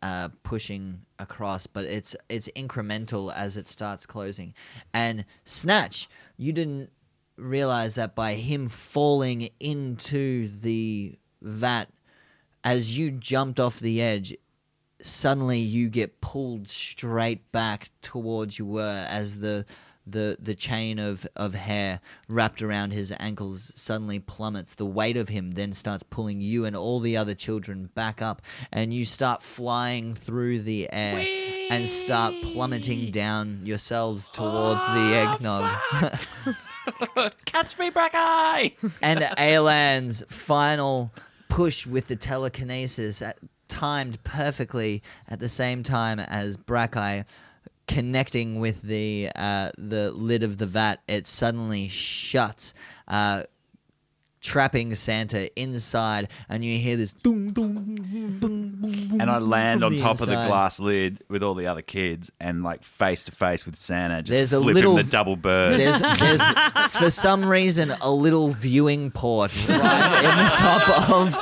E: uh, pushing across, but it's it's incremental as it starts closing. And snatch, you didn't realize that by him falling into the vat, as you jumped off the edge, suddenly you get pulled straight back towards you were as the the the chain of of hair wrapped around his ankles suddenly plummets the weight of him then starts pulling you and all the other children back up and you start flying through the air and start plummeting down yourselves towards the eggnog
G: Catch me, Brackeye.
E: and Alan's final push with the telekinesis uh timed perfectly at the same time as Brackeye connecting with the uh, the lid of the vat. It suddenly shuts. Uh, Trapping Santa inside, and you hear this doom, doom, boom,
A: and I land
E: From
A: on
E: the
A: top of the
E: inside.
A: glass lid with all the other kids and like face to face with Santa, just
E: There's a
A: flip
E: little-
A: him the double bird.
E: There's, there's, for some reason, a little viewing port right in the top of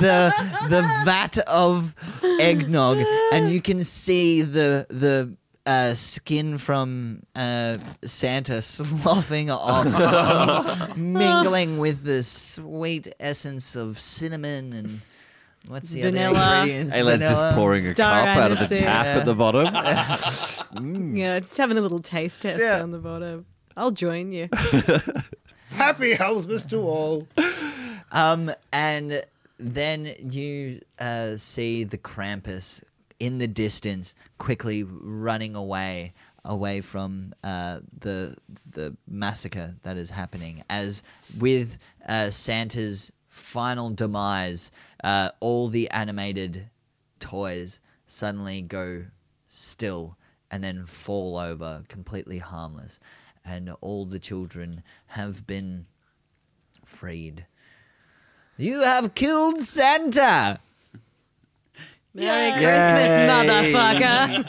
E: the the vat of eggnog, and you can see the the uh, skin from uh, Santa sloughing off, mingling with the sweet essence of cinnamon and what's the
C: Vanilla.
E: other ingredients?
B: Hey, let's just
E: Vanilla.
B: pouring a
C: Star
B: cup out of the
C: anise.
B: tap at the bottom.
C: Yeah, just having a little taste test
B: Yeah.
C: down the bottom. I'll join you.
J: Happy Helmsmas to all.
E: Um, and then you uh, see the Krampus in the distance, quickly running away, away from uh, the the massacre that is happening. As with uh, Santa's final demise, uh, all the animated toys suddenly go still and then fall over completely harmless, and all the children have been freed. You have killed Santa.
C: Merry Christmas,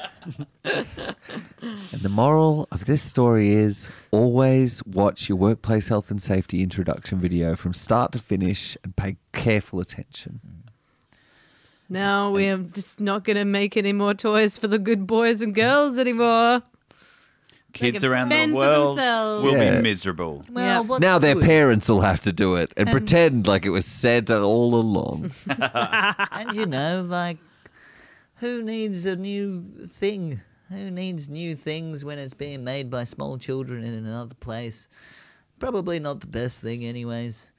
C: motherfucker.
B: And the moral of this story is always watch your workplace health and safety introduction video from start to finish and pay careful attention.
C: now we are just not going to make any more toys for the good boys and girls anymore.
A: Kids
C: can
A: around
C: fend
A: the
C: for
A: world
C: themselves.
A: will
B: Yeah.
A: be miserable.
C: Yeah.
E: what's
B: now their
E: good?
B: parents will have to do it and, pretend like it was Santa all along.
E: and you know, like, who needs a new thing? Who needs new things when it's being made by small children in another place? Probably not the best thing, anyways.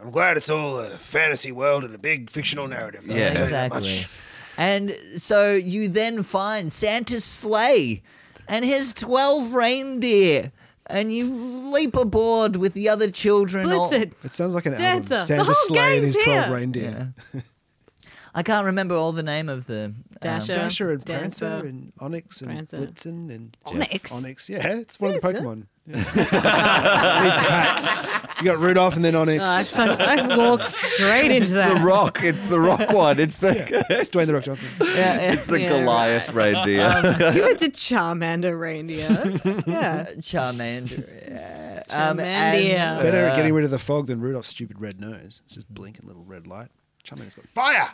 J: I'm glad it's all a fantasy world and a big fictional narrative. though,
B: Yeah.
J: I'll tell you that
E: exactly.
J: much.
E: And so you then find Santa's sleigh and his twelve reindeer, and you leap aboard with the other children. all-
C: Blitzen.
J: It sounds like an
C: Dancer. The
J: album. Santa
C: whole
J: Slay and
C: gang's
J: his 12
C: here.
J: reindeer.
E: I can't remember all the name of the um,
C: Dasher.
J: Dasher and
C: Dancer.
J: Prancer and Onyx and
C: Prancer.
J: Blitzen and
C: Onyx?
J: Onyx, yeah, it's one of the Pokemon. Yeah. Leads the pack. you got Rudolph and then Onyx.
C: Oh, I, fuck- I walked straight into that.
B: the rock, it's the rock one. It's the
J: it's Dwayne the Rock Johnson.
E: Yeah, yeah.
B: it's the
C: Yeah,
B: Goliath reindeer.
C: Give it to Charmander reindeer. yeah.
E: Charmander. Um,
C: Charmander.
E: and,
J: Better at getting rid of the fog than Rudolph's stupid red nose. It's just blinking little red light. Charmander's got fire.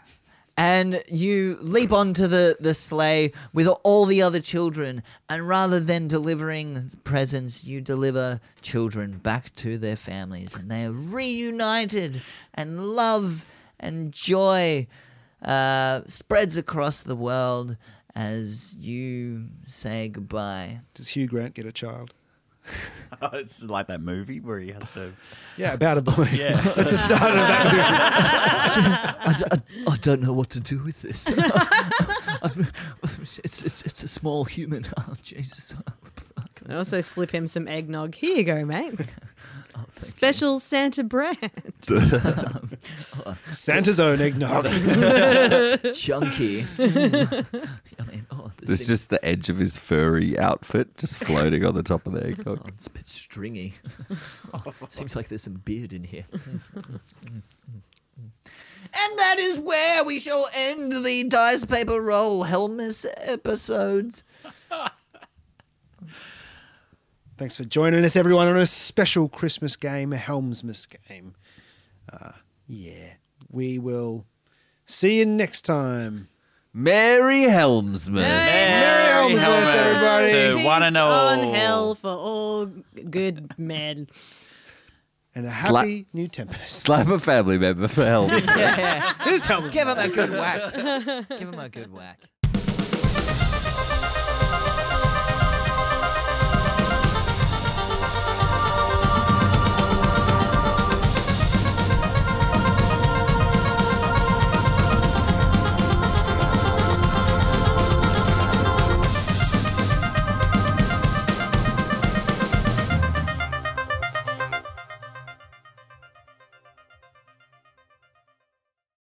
E: and you leap onto the, the sleigh with all the other children, and rather than delivering presents, you deliver children back to their families, and they are reunited, and love and joy uh, spreads across the world as you say goodbye.
J: Does Hugh Grant get a child?
A: it's like that movie where he has to.
J: Yeah, about a boy.
A: Yeah.
J: That's the start of that movie.
E: I, d- I- I don't know what to do with this. it's, it's, it's a small human. Oh, Jesus.
C: And also slip him some eggnog. Here you go, mate. Special Santa brand.
J: Santa's own eggnog.
E: Chunky. I mean, oh, this
B: There's
E: thing-
B: just the edge of his furry outfit just floating on the top of the
E: oh,
B: eggnog.
E: it's a bit stringy. Oh, seems like there's some beard in here. and that is where we shall end the Dice Paper Roll Helmus episodes.
J: Thanks for joining us, everyone, on a special Christmas game, a Helmsmas game. Uh, yeah, we will see you next time.
B: Merry Helmsman.
A: Merry
J: Christmas,
A: Helmets
J: everybody.
A: To one and
C: Peace
A: all.
C: on hell for all good men.
J: And a
B: Sla-
J: happy new Tempest.
B: Slap a family member for Helmsman.
J: This Helmsmas.
E: Give him a good whack. Give him a good whack.